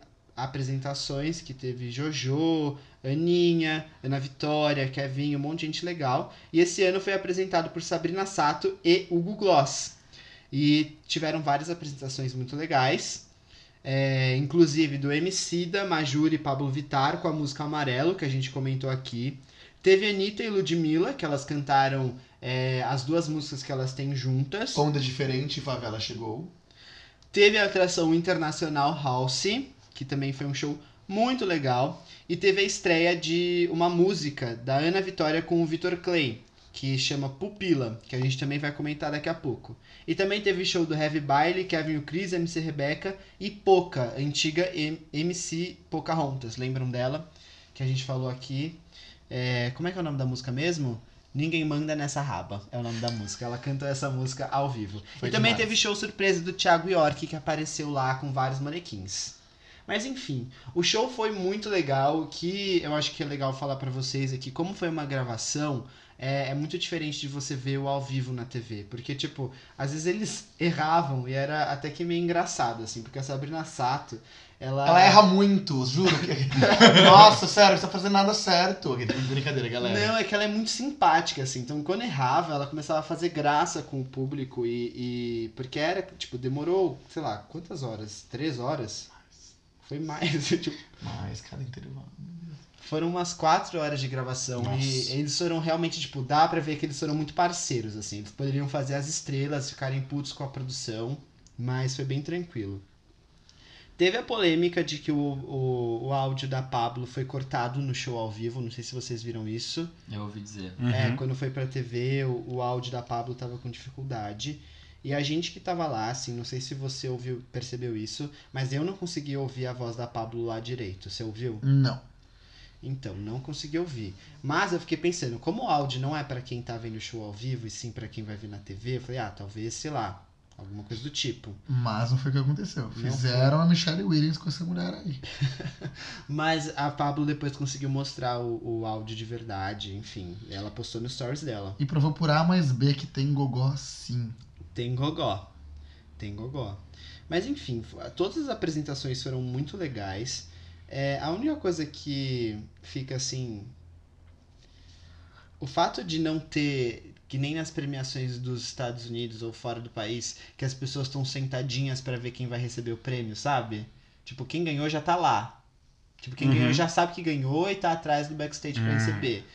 apresentações, que teve Jojo, Aninha, Ana Vitória, Kevin, um monte de gente legal. E esse ano foi apresentado por Sabrina Sato e Hugo Gloss. E tiveram várias apresentações muito legais. É, inclusive do Emicida, Majuri e Pablo Vittar com a música Amarelo, que a gente comentou aqui. Teve Anitta e Ludmilla, que elas cantaram é, as duas músicas que elas têm juntas. Onda diferente, favela chegou. Teve a atração internacional House, que também foi um show muito legal. E teve a estreia de uma música da Ana Vitória com o Vitor Clay, que chama Pupila, que a gente também vai comentar daqui a pouco. E também teve show do Heavy Baile, Kevin o Chris, MC Rebeca e Poca, antiga M- MC Pocahontas. Lembram dela? Que a gente falou aqui. É, como é que é o nome da música mesmo? Ninguém manda nessa raba. É o nome da música. Ela cantou essa música ao vivo. Foi e também demais. teve show surpresa do Thiago York, que apareceu lá com vários manequins. Mas enfim, o show foi muito legal. O que eu acho que é legal falar pra vocês aqui, como foi uma gravação, é, é muito diferente de você ver o ao vivo na TV. Porque, tipo, às vezes eles erravam e era até que meio engraçado, assim, porque a Sabrina Sato, ela. Ela erra muito, juro. que- Nossa, sério, não tá fazendo nada certo. Brincadeira, galera. Não, é que ela é muito simpática, assim. Então, quando errava, ela começava a fazer graça com o público e. e- Porque era, tipo, demorou, sei lá, quantas horas? Três horas? Foi mais. tipo, Ah, Mas cada intervalo. foram umas quatro horas de gravação Nossa. e eles foram realmente, tipo, dá pra ver que eles foram muito parceiros, assim. Eles poderiam fazer as estrelas, ficarem putos com a produção, mas foi bem tranquilo. Teve a polêmica de que o, o, o áudio da Pablo foi cortado no show ao vivo, não sei se vocês viram isso. Eu ouvi dizer. Uhum. É, quando foi pra TV, o, o áudio da Pablo tava com dificuldade. E a gente que tava lá, assim, não sei se você ouviu, percebeu isso, mas eu não consegui ouvir a voz da Pablo lá direito. Você ouviu? Não. Então, não consegui ouvir. Mas eu fiquei pensando, como o áudio não é pra quem tá vendo o show ao vivo e sim pra quem vai ver na TV, eu falei, ah, talvez, sei lá, alguma coisa do tipo. Mas não foi o que aconteceu. Fizeram a Michelle Williams com essa mulher aí. Mas a Pablo depois conseguiu mostrar o, o áudio de verdade, enfim. Ela postou nos stories dela. E provou por A mais B que tem gogó sim. Tem gogó. Tem gogó. Mas enfim, f- todas as apresentações foram muito legais. É, a única coisa que fica assim. O fato de não ter, que nem nas premiações dos Estados Unidos ou fora do país, que as pessoas estão sentadinhas pra ver quem vai receber o prêmio, sabe? Tipo, quem ganhou já tá lá. Tipo, quem Uhum. ganhou já sabe que ganhou e tá atrás do backstage pra Hum. receber.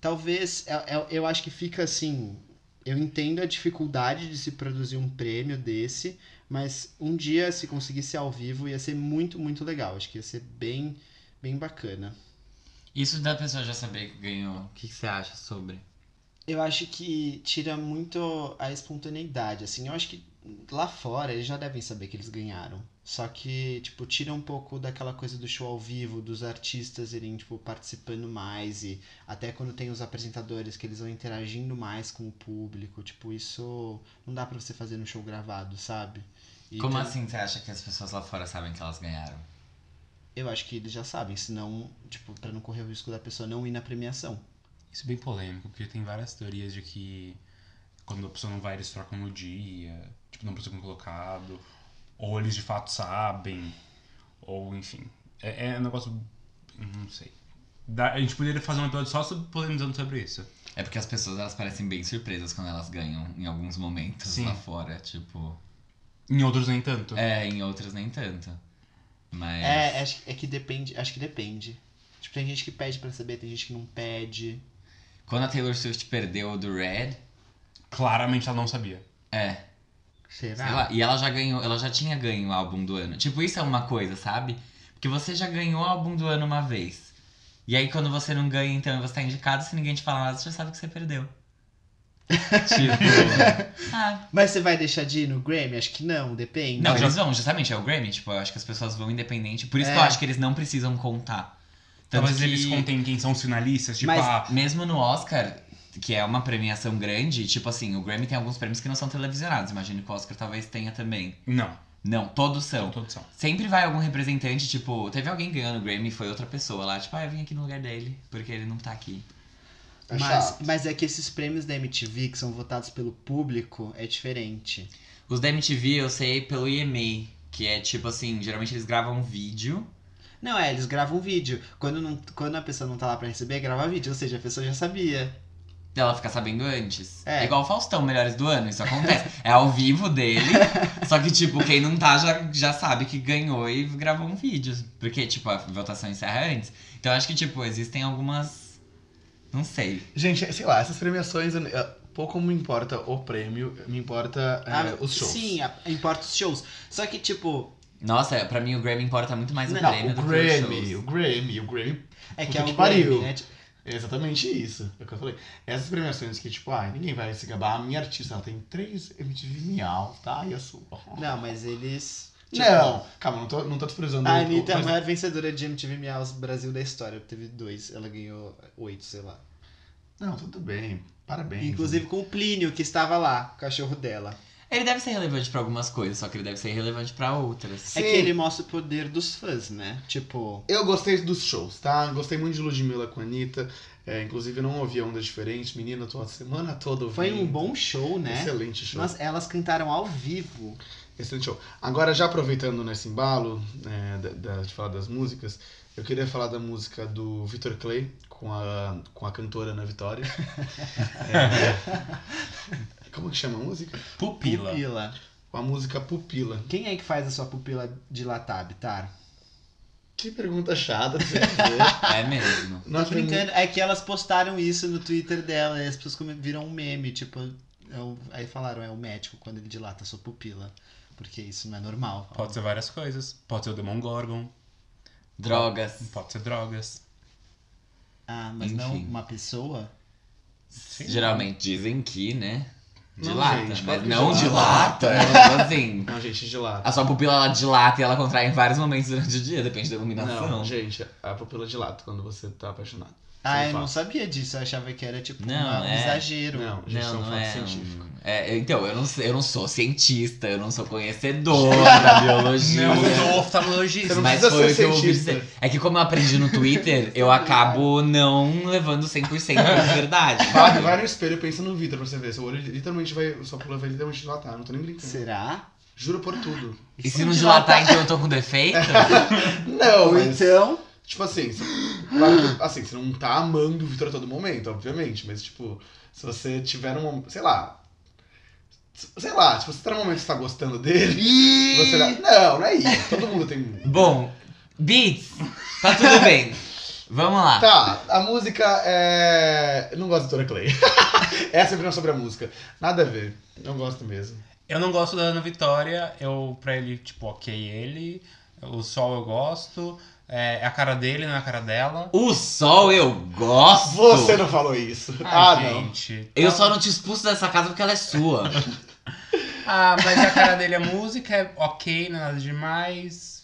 Talvez, eu- eu- eu acho que fica assim, eu entendo a dificuldade de se produzir um prêmio desse, mas um dia, se conseguisse ao vivo, ia ser muito, muito legal. Acho que ia ser bem, bem bacana. Isso da pessoa já saber que ganhou. O que, que você acha sobre? Eu acho que tira muito a espontaneidade, assim. Eu acho que lá fora eles já devem saber que eles ganharam. Só que, tipo, tira um pouco daquela coisa do show ao vivo, dos artistas irem, tipo, participando mais e até quando tem os apresentadores que eles vão interagindo mais com o público. Tipo, isso não dá pra você fazer no show gravado, sabe? E tá Como tem- assim você acha que as pessoas lá fora sabem que elas ganharam? Eu acho que eles já sabem, senão, tipo, pra não correr o risco da pessoa não ir na premiação. Isso é bem polêmico, porque tem várias teorias de que quando a pessoa não vai, eles trocam no dia, tipo, não pro segundo colocado, ou eles de fato sabem, ou enfim. É, é um negócio. Não sei. Dá- a gente poderia fazer um episódio só sobre, polemizando sobre isso. É porque as pessoas elas parecem bem surpresas quando elas ganham em alguns momentos Sim. lá fora. Tipo. Em outros, nem tanto. É, em outras nem tanto. Mas. É, acho, é que depende, acho que depende. Tipo, tem gente que pede pra saber, tem gente que não pede. Quando a Taylor Swift perdeu o do Red, Claramente ela não sabia. é. Será? sei lá, e ela já ganhou, ela já tinha ganho o álbum do ano. Tipo, isso é uma coisa, sabe? Porque você já ganhou o álbum do ano uma vez. E aí quando você não ganha, então e você tá indicado, se ninguém te falar nada, você já sabe que você perdeu. tipo. ah, Mas você vai deixar de ir no Grammy? Acho que não, depende. Não, já- eles vão, justamente, é o Grammy, tipo, eu acho que as pessoas vão independente. Por isso É. que eu acho que eles não precisam contar. Tanto Talvez que, eles contem quem são os finalistas, tipo, Mas- ah, Mesmo no Oscar, que é uma premiação grande, tipo assim, o Grammy tem alguns prêmios que não são televisionados. Imagino que o Oscar talvez tenha também. não, Não, todos não são. todos são. Sempre vai algum representante, tipo, teve alguém ganhando o Grammy e foi outra pessoa lá, tipo, ah, eu vim aqui no lugar dele, porque ele não tá aqui. É mas, chato. mas é que esses prêmios da MTV, que são votados pelo público, é diferente. Os da MTV eu sei pelo EMA, que é tipo assim, geralmente eles gravam um vídeo Não, é, eles gravam vídeo. Quando, não, quando a pessoa não tá lá pra receber, grava vídeo. Ou seja, a pessoa já sabia. dela ficar sabendo antes. É. É. igual o Faustão, melhores do ano, isso acontece. é ao vivo dele, só que, tipo, quem não tá já, já sabe que ganhou e gravou um vídeo. Porque, tipo, a votação encerra antes. Então acho que, tipo, existem algumas. Não sei. Gente, sei lá, essas premiações, eu- eu- pouco me importa o prêmio, me importa é, Ah, os shows. Sim, a- importa os shows. Só que, tipo, Nossa, pra mim o Grammy importa muito mais o Não, prêmio Não, o do que os Grammy, shows. o Grammy, o Grammy é que Puta é que o pariu. Grammy, né? Tipo, É exatamente isso. É o que eu falei. Essas premiações que, tipo, ai, ninguém vai se gabar. A minha artista, ela tem três MTV Miau, tá? E a sua. Não, mas eles... tipo, Não, calma, não tô, não tô desprezando. A o- Anitta é a mas- maior vencedora de MTV Meows Brasil da história. Teve dois, ela ganhou oito, sei lá. Não, tudo bem. Parabéns. Inclusive com o Plínio, que estava lá, o cachorro dela. Ele deve ser relevante pra algumas coisas, só que ele deve ser relevante pra outras. É Sim. que ele mostra o poder dos fãs, né? Tipo, Eu gostei dos shows, tá? Gostei muito de Ludmilla com a Anitta. É, inclusive, eu não ouvi a onda diferente. Menina, tô a semana toda ouvindo. foi um bom show, né? Excelente show. Mas elas cantaram ao vivo. Excelente show. Agora, já aproveitando nesse embalo né, da- da- de falar das músicas, eu queria falar da música do Victor Clay com a, com a cantora Ana Vitória. É, como que chama a música? Pupila. Pupila. Com a música Pupila. Quem é que faz a sua pupila dilatar, Bitar? Que pergunta chata, pra você dizer. É mesmo. Tô brincando. É que elas postaram isso no Twitter dela e as pessoas come- viram um meme, tipo. é o- aí falaram, é o médico quando ele dilata a sua pupila. Porque isso não é normal. Pode ser várias coisas. Pode ser o Demogorgon, Drogas. pode ser drogas. Ah, mas não Enfim. uma pessoa? Geralmente dizem que, né? Não, Dilata, gente, claro mas que não dilata. dilata. né? assim. Não, gente, de lado. A sua pupila ela dilata e ela contrai em vários momentos durante o dia, depende da iluminação. Não, gente, a pupila de lado quando você tá apaixonado. Ah, eu fato. não sabia disso. Eu achava que era tipo Não, uma- um é. exagero. Não, gente, isso é um fato científico. um- é, então, eu não, sei- eu não sou cientista, eu não sou conhecedor da biologia. Não sou oftalmologista. Você não Mas precisa foi o que ser eu ouvi cientista. dizer. É que como eu aprendi no Twitter, eu acabo não levando 100% de verdade. Vai, vai no espelho e pensa no Vitor pra você ver. Seu olho literalmente vai. Sua pupila vai literalmente dilatar. Não tô nem brincando. Será? Juro por tudo. E se não dilatar, então eu tô com defeito? Não, Ou mas. então. Tipo assim, se- claro que, assim, você não tá amando o Vitor a todo momento, obviamente, mas tipo, se você tiver um momento, sei lá. se- Sei lá, se você tá num momento que você tá gostando dele, você dá- Não, não é isso. Todo mundo tem. Bom, Beats, tá tudo bem. Vamos lá. Tá, a música é. Eu Não gosto de Dora Clay. Essa é a opinião sobre a música. Nada a ver. Não gosto mesmo. Eu não gosto da Ana Vitória, eu pra ele, tipo, ok ele, o sol eu gosto, é é a cara dele, não é a cara dela. O sol eu gosto. Você não falou isso. Ah, Ai, não. gente. Eu só não te expulso dessa casa porque ela é sua. Ah, mas a cara dele é música, é ok, não é nada demais.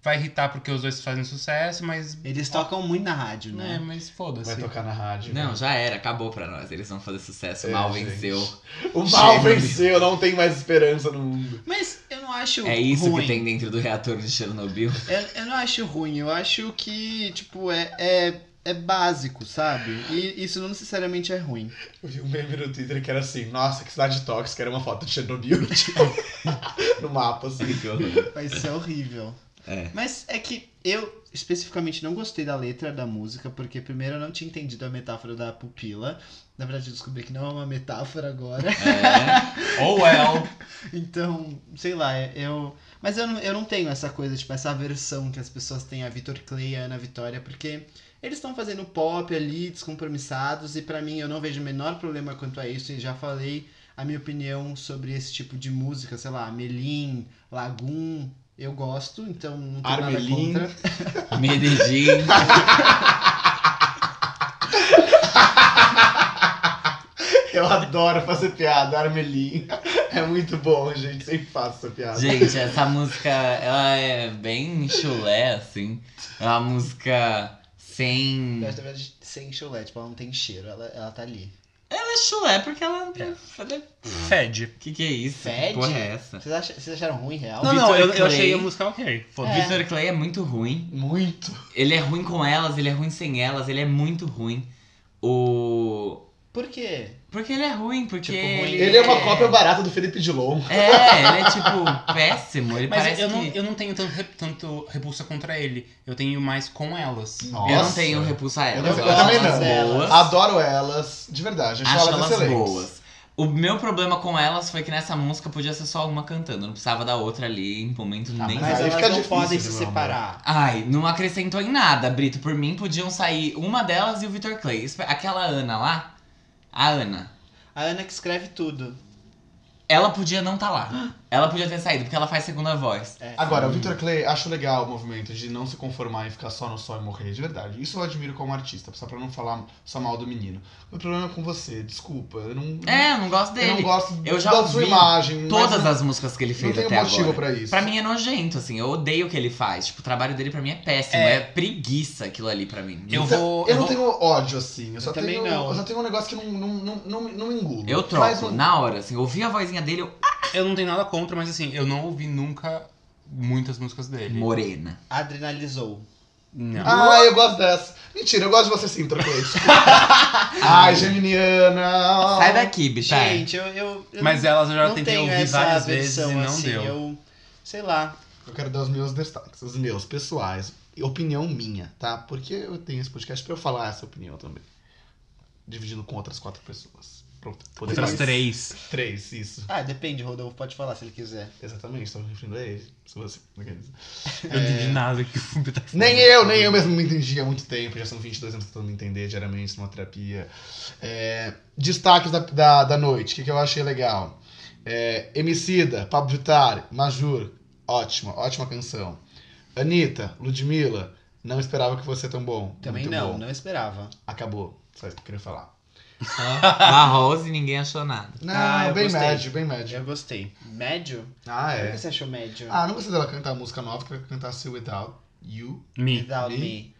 Vai irritar porque os dois fazem sucesso, mas. Eles tocam muito na rádio, né? É, mas foda-se. Vai tocar na rádio. Não, já era, acabou pra nós. Eles vão fazer sucesso, o É, mal gente. venceu. O mal Chega, venceu, não tem mais esperança no mundo. Mas eu não acho É isso ruim. que tem dentro do reator de Chernobyl. Eu, eu não acho ruim, eu acho que, tipo, é, é, é básico, sabe? E isso não necessariamente é ruim. Eu vi um meme no Twitter que era assim, nossa, que cidade tóxica, era uma foto de Chernobyl, tipo, no mapa, assim. Vai ser horrível. É. Mas é que eu especificamente não gostei da letra da música, porque primeiro eu não tinha entendido a metáfora da pupila. Na verdade, eu descobri que não é uma metáfora agora. É. Oh um well. Então, sei lá, eu. Mas eu não, eu não tenho essa coisa, tipo, essa aversão que as pessoas têm a Vitor Clay e a Ana Vitória, porque eles estão fazendo pop ali, descompromissados, e pra mim eu não vejo o menor problema quanto a isso, e já falei a minha opinião sobre esse tipo de música, sei lá, Melim, Lagoon, eu gosto, então não tenho Armelin. nada contra. Medellín. Eu adoro fazer piada, Armelin. É muito bom, gente, sempre faço essa piada. Gente, essa música, ela é bem chulé, assim. É uma música sem... Na verdade, sem chulé, tipo, ela não tem cheiro, ela, ela tá ali. Ela é chulé porque ela... ela é- Fede. Que que é isso? Fede? Que porra é essa? Vocês, acham, vocês acharam ruim, real? Não, não, Vitor eu, eu Clay. achei a música ok. O Foda-se. Victor Clay é muito ruim. Muito. Ele é ruim com elas, ele é ruim sem elas, ele é muito ruim. O... Por quê? Porque ele é ruim, porque... Tipo, ruim. Ele é uma cópia barata do Felipe Dilon. É, ele é tipo péssimo, ele Mas parece eu que... não, eu não tenho tanto, rep- tanto repulsa contra ele. Eu tenho mais com elas. Nossa. Eu não tenho repulsa a elas. Eu Eu, também acho elas não. boas. Adoro elas, de verdade, acho, Acho elas, elas excelentes. boas. O meu problema com elas foi que nessa música podia ser só uma cantando. Não precisava da outra ali em momento Ah, nenhum. mas Mas aí elas fica não difícil, podem se meu amor. separar. Ai, não acrescentou em nada, Brito. Por mim, podiam sair uma delas e o Victor Clay. Espe- Aquela Ana lá, a Ana, A Ana que escreve tudo. ela podia não estar lá. Ela podia ter saído, porque ela faz segunda voz. É. Agora, Hum. o Victor Clay, acho legal o movimento de não se conformar e ficar só no sol e morrer, de verdade. Isso eu admiro como artista, só pra não falar só mal do menino. Meu problema é com você, desculpa. Eu não, É, eu não gosto eu não dele. gosto Eu já da sua ouvi imagem. mas Todas não, as músicas que ele não fez tenho até motivo agora. pra isso. Pra mim é nojento, assim. Eu odeio o que ele faz. Tipo, o trabalho dele pra mim é péssimo. É, preguiça aquilo ali pra mim. Eu Eu, vou. Então, Eu não vou- tenho ódio, assim. Eu só, também tenho, não. eu só tenho um negócio que não, não, não, não, não engulo. eu Faz troco. um- Na hora, assim, eu ouvi a vozinha dele, eu. eu não tenho nada contra, mas assim, eu não ouvi nunca muitas músicas dele. Morena. Adrenalizou. Não. Ah, eu gosto dessa. Mentira, eu gosto de você sim, troquei. Ai, Geminiana. Sai daqui, bicha. É. é." Gente, eu, eu, eu Mas elas eu já não tentei tenho ouvir essa várias vezes aversão, e não assim, deu. Eu, sei lá. Eu quero dar os meus destaques, os meus pessoais. E Opinião minha, tá? Porque eu tenho esse podcast pra eu falar essa opinião também. Dividindo com outras quatro pessoas. Pra eu poder Outras falar. três. Três, isso. Ah, depende, Rodolfo pode falar se ele quiser. Exatamente, estava me referindo a ele. Se você. não quer dizer. Eu não entendi nada que o Fumbi tá falando. Uhum. Nem eu, nem eu mesmo me entendi há muito tempo. Já são 22 anos tentando me entender diariamente numa terapia. É, destaques da, da, da noite, o que, que eu achei legal? É, Emicida, Pablo Vittar, Majur, ótima, ótima canção. Anitta, Ludmilla, não esperava que você é tão bom. Também muito não, né? bom. não esperava. Acabou, só isso que eu queria falar. Na Rose ninguém achou nada. Não, Ah, eu bem gostei. médio, bem médio. Eu gostei. Médio? Ah, O que é. você achou médio? Ah, não gostei dela cantar a música nova, que ela cantar Se Without You. Me. Without me. me.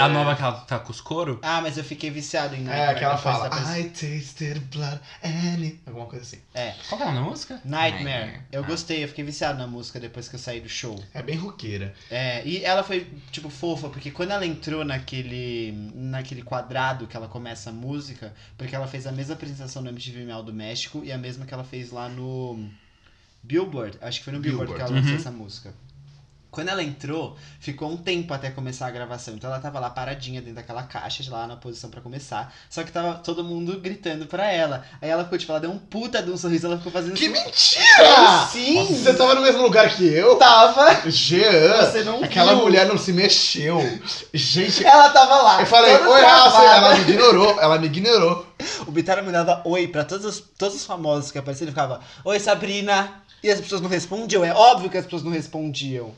A nova que ela tá com os couro? Ah, mas eu fiquei viciado em É, Nightmare. que ela depois fala da pres- I tasted blood and it... Alguma coisa assim. Qual que é o nome da música? Nightmare. Nightmare. Eu Ah. gostei, eu fiquei viciado na música depois que eu saí do show. É bem roqueira. É, e ela foi, tipo, fofa, porque quando ela entrou naquele, naquele quadrado que ela começa a música, porque ela fez a mesma apresentação no MTV Miau do México e a mesma que ela fez lá no Billboard, acho que foi no Billboard, que ela lançou Uhum. essa música. Quando ela entrou, ficou um tempo até começar a gravação, então ela tava lá paradinha dentro daquela caixa, lá na posição pra começar, só que tava todo mundo gritando pra ela. Aí ela ficou, tipo, ela deu um puta de um sorriso, ela ficou fazendo Que assim, mentira! Sim! Você tava no mesmo lugar que eu? Tava! Jean! Você não Aquela viu. mulher não se mexeu. Gente, Ela tava lá. eu falei, toda oi, Rafa. travada. Ela me ignorou, ela me ignorou. O Bitar mandava oi pra todos os, todos os famosos que apareciam. Ele ficava, oi, Sabrina. E as pessoas não respondiam. É óbvio que as pessoas não respondiam.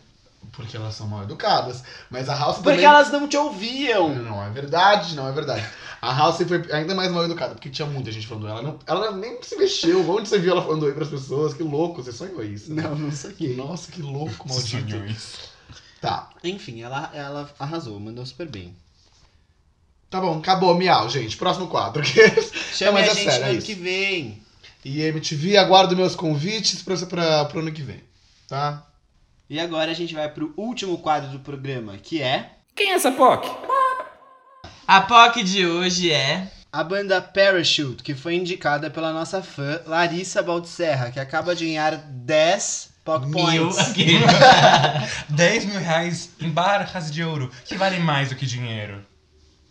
Porque elas são mal educadas. Mas a House Porque também... elas não te ouviam. Não, é verdade, não é verdade. A House foi ainda mais mal educada, porque tinha muita gente falando ela. Não, ela nem se mexeu. Onde você viu ela falando oi pras pessoas? Que louco, você sonhou isso. né? Não, não sei. Nossa, que louco, maldito. Sonho isso. Tá, Enfim, ela, ela arrasou, mandou super bem. tá bom, acabou, miau, gente. Próximo quadro. Chama mas a é gente sério, no é ano isso. que vem. E MTV, aguardo meus convites pra, pra, pro ano que vem, tá? E agora a gente vai pro último quadro do programa, que é... Quem é essa POC? A POC de hoje é. A banda Parachute, que foi indicada pela nossa fã Larissa Baltserra, que acaba de ganhar 10 POC Mil. Points. 10 mil reais em barras de ouro, que vale mais do que dinheiro.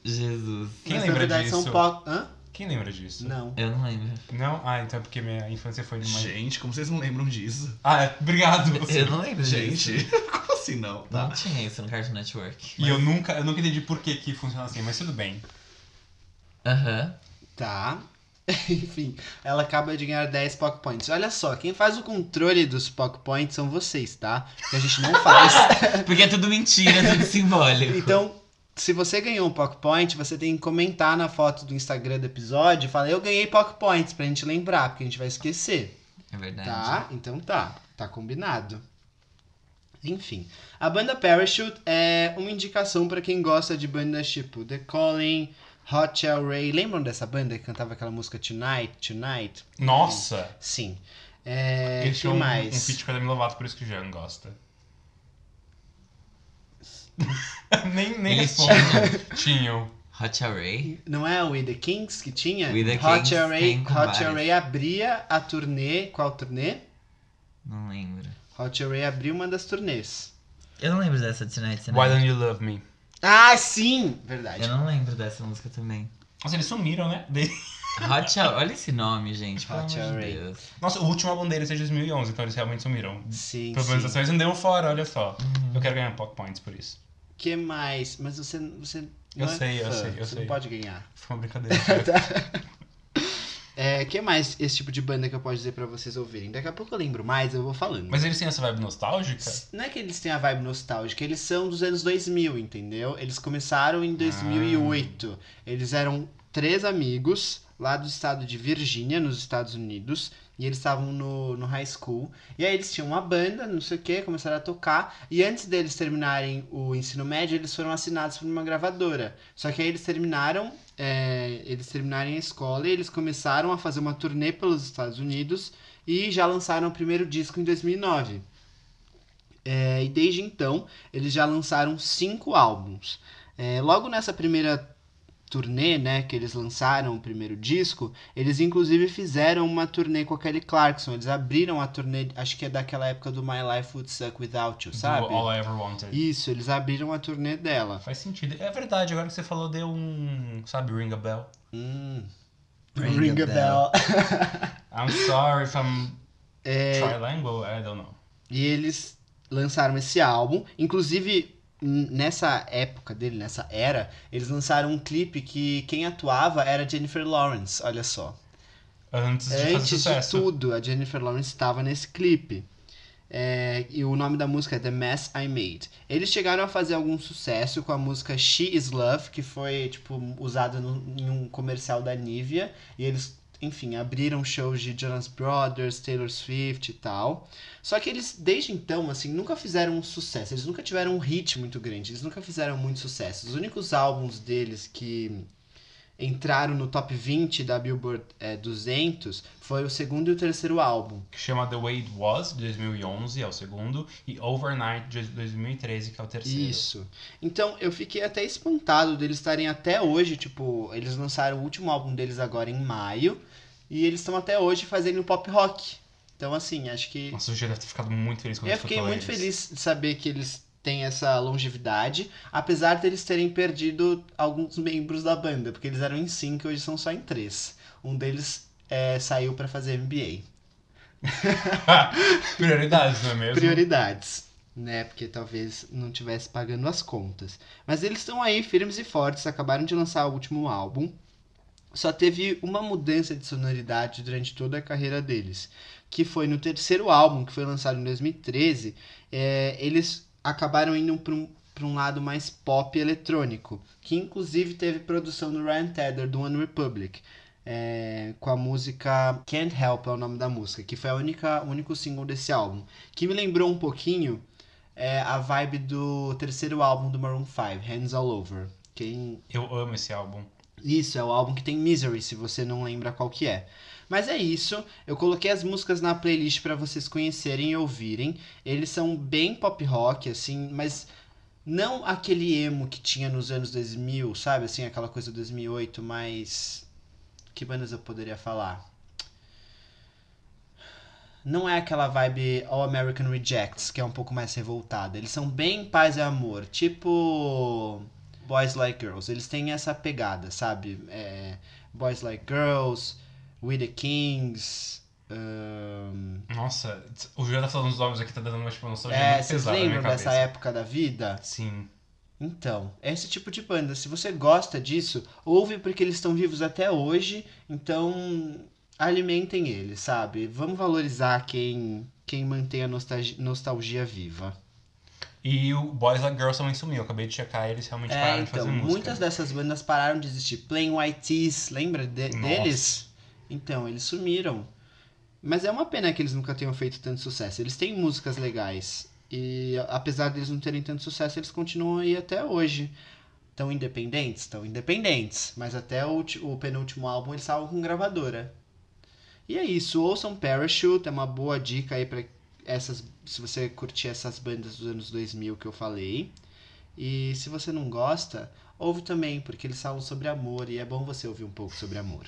Jesus. Quem Mas, na lembra verdade, disso? são POC... Hã? Quem lembra disso? Não. Eu não lembro. Não? Ah, então é porque minha infância foi demais. Gente, como vocês não lembram disso? Ah, é, obrigado. Eu não lembro disso. Gente, como assim não? Tá. Não tinha isso no Cartoon Network. E eu nunca, eu nunca entendi por que, que funciona assim, mas tudo bem. Aham. Tá. Enfim, ela acaba de ganhar 10 POC Points. Olha só, quem faz o controle dos POC Points são vocês, tá? Que a gente não faz. Porque é tudo mentira, é tudo simbólico. Então, se você ganhou um Pock Point, você tem que comentar na foto do Instagram do episódio e falar, eu ganhei Pock Points, pra gente lembrar, porque a gente vai esquecer. É verdade. Tá? Então tá. Tá combinado. Enfim. A banda Parachute é uma indicação pra quem gosta de bandas tipo The Calling, Hot Shell Ray. Lembram dessa banda que cantava aquela música Tonight, Tonight? Nossa! Sim. É, Ele que um, um mais? feat com a Demi Lovato, por isso que o Jean gosta. nem nem Eles respondo. Tinham. Hot Array. Não é a We The Kings que tinha? We The Hot Kings Array, tem com Hot várias. Array abria a turnê. Qual turnê? Não lembro. Hot Array abriu uma das turnês. Eu não lembro dessa de Tonight Why Tonight. Don't You Love Me? Ah, sim! Verdade. Eu não lembro dessa música também. Nossa, eles sumiram, né? Hot Array. Olha esse nome, gente. Pelo Hot amor de Array. Deus. Nossa, o último álbum deles é de 2011, então eles realmente sumiram. Sim, Pelo menos sim. dessa vez não deu um fora, olha só. Eu quero ganhar Pock Points por isso. que mais? Mas você, você Eu não é sei, eu fã, sei, eu você sei. não pode ganhar. Foi uma brincadeira. É, que mais esse tipo de banda que eu posso dizer pra vocês ouvirem? Daqui a pouco eu lembro mais, eu vou falando. Mas eles têm essa vibe nostálgica? Não é que eles têm a vibe nostálgica, eles são dos anos 2000, entendeu? Eles começaram em 2008. Eles eram três amigos lá do estado de Virgínia, nos Estados Unidos, e eles estavam no, no high school. E aí eles tinham uma banda, não sei o que, começaram a tocar. E antes deles terminarem o ensino médio, eles foram assinados por uma gravadora. Só que aí eles terminaram, é, eles terminaram a escola e eles começaram a fazer uma turnê pelos Estados Unidos e já lançaram o primeiro disco em 2009. É, e desde então, eles já lançaram cinco álbuns. É, logo nessa primeira turnê, né, que eles lançaram o primeiro disco, eles inclusive fizeram uma turnê com a Kelly Clarkson. Eles abriram a turnê, acho que é daquela época do My Life Would Suck Without You, sabe? Do All I Ever Wanted. Isso, eles abriram a turnê dela. Faz sentido. É verdade, agora que você falou, deu um. Sabe, Ring a Bell? Hum. Ring a Ring a bell. bell. I'm sorry if I'm É. trilingual, I don't know. E eles lançaram esse álbum. Inclusive, n- nessa época dele, nessa era, eles lançaram um clipe que quem atuava era Jennifer Lawrence, olha só. Antes de fazer Antes de sucesso. tudo, a Jennifer Lawrence estava nesse clipe. É, e o nome da música é The Mess I Made. Eles chegaram a fazer algum sucesso com a música She Is Love, que foi tipo usada no- em um comercial da Nivea. E eles, enfim, abriram shows de Jonas Brothers, Taylor Swift e tal. Só que eles, desde então, assim, nunca fizeram um sucesso. Eles nunca tiveram um hit muito grande. Eles nunca fizeram muito sucesso. Os únicos álbuns deles que entraram no top 20 da Billboard eh, 200 foi o segundo e o terceiro álbum. Que chama The Way It Was, de 2011, é o segundo. E Overnight, de 2013, que é o terceiro. Isso. Então, eu fiquei até espantado deles estarem até hoje, tipo, eles lançaram o último álbum deles agora em maio, e eles estão até hoje fazendo pop rock. Então, assim, acho que Nossa, o Gê deve ter ficado muito feliz quando eu ele fiquei escutou muito eles. feliz de saber que eles têm essa longevidade, apesar deles terem perdido alguns membros da banda, porque eles eram em cinco e hoje são só em três. Um deles eh, saiu pra fazer MBA. Prioridades, não é mesmo? prioridades, né? Porque talvez não tivesse pagando as contas. Mas eles estão aí firmes e fortes, acabaram de lançar o último álbum. Só teve uma mudança de sonoridade durante toda a carreira deles, que foi no terceiro álbum, que foi lançado em 2013, é, eles acabaram indo para um, pra um lado mais pop e eletrônico, que inclusive teve produção do Ryan Tedder, do One Republic, é, com a música Can't Help é o nome da música, que foi a única, o único single desse álbum que me lembrou um pouquinho é, a vibe do terceiro álbum do Maroon 5, Hands All Over. Quem... Eu amo esse álbum. Isso, é o álbum que tem Misery, se você não lembra qual que é. Mas é isso, eu coloquei as músicas na playlist pra vocês conhecerem e ouvirem. Eles são bem pop rock, assim, mas Não aquele emo que tinha nos anos 2000, sabe? Assim, aquela coisa 2008, mas. Que bandas eu poderia falar? Não é aquela vibe All American Rejects, que é um pouco mais revoltada. Eles são bem paz e amor. Tipo. Boys Like Girls. Eles têm essa pegada, sabe? É, Boys Like Girls, We the Kings. ahn, Nossa, o Júlio tá falando os nomes aqui, tá dando uma tipo, nostalgia É, muito vocês pesada na minha lembram cabeça. dessa época da vida? Sim. Então, é esse tipo de banda. Se você gosta disso, ouve porque eles estão vivos até hoje. Então, alimentem eles, sabe? Vamos valorizar quem, quem mantém a nostalgia, nostalgia viva. E o Boys Like Girls também sumiu. Eu acabei de checar, eles realmente É, pararam de então, fazer música. muitas dessas bandas pararam de existir. Plain White Tees, lembra de- Nossa. deles? Então, eles sumiram. Mas é uma pena que eles nunca tenham feito tanto sucesso. Eles têm músicas legais. E a- apesar deles não terem tanto sucesso, eles continuam aí até hoje. Estão independentes? Estão independentes. Mas até o, ulti- o penúltimo álbum eles estavam com gravadora. E é isso. Ouçam Parachute. É uma boa dica aí para essas... Se você curtir essas bandas dos anos 2000 que eu falei. E se você não gosta, ouve também, porque eles falam sobre amor e é bom você ouvir um pouco sobre amor.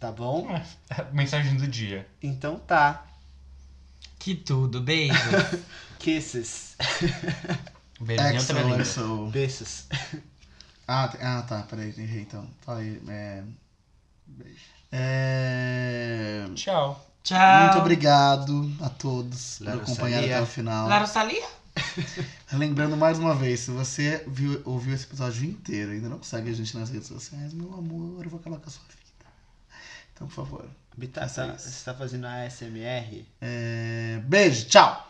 Tá bom? Mensagem do dia. Então tá. Que tudo, beijo. Kisses. Beijinho outra língua. XOXO. Beijos. Ah, tem- ah, tá, peraí, tem errei então. Fala aí. É... É... Tchau. Tchau. Muito obrigado a todos por Lara acompanhar Salia. até o final. Lara Salia? Lembrando mais uma vez, se você viu, ouviu esse episódio inteiro e ainda não segue a gente nas redes sociais, meu amor, eu vou acabar com a sua vida. Então, por favor. Bitata, tá Faça isso. você tá fazendo a ASMR? É, Beijo, tchau!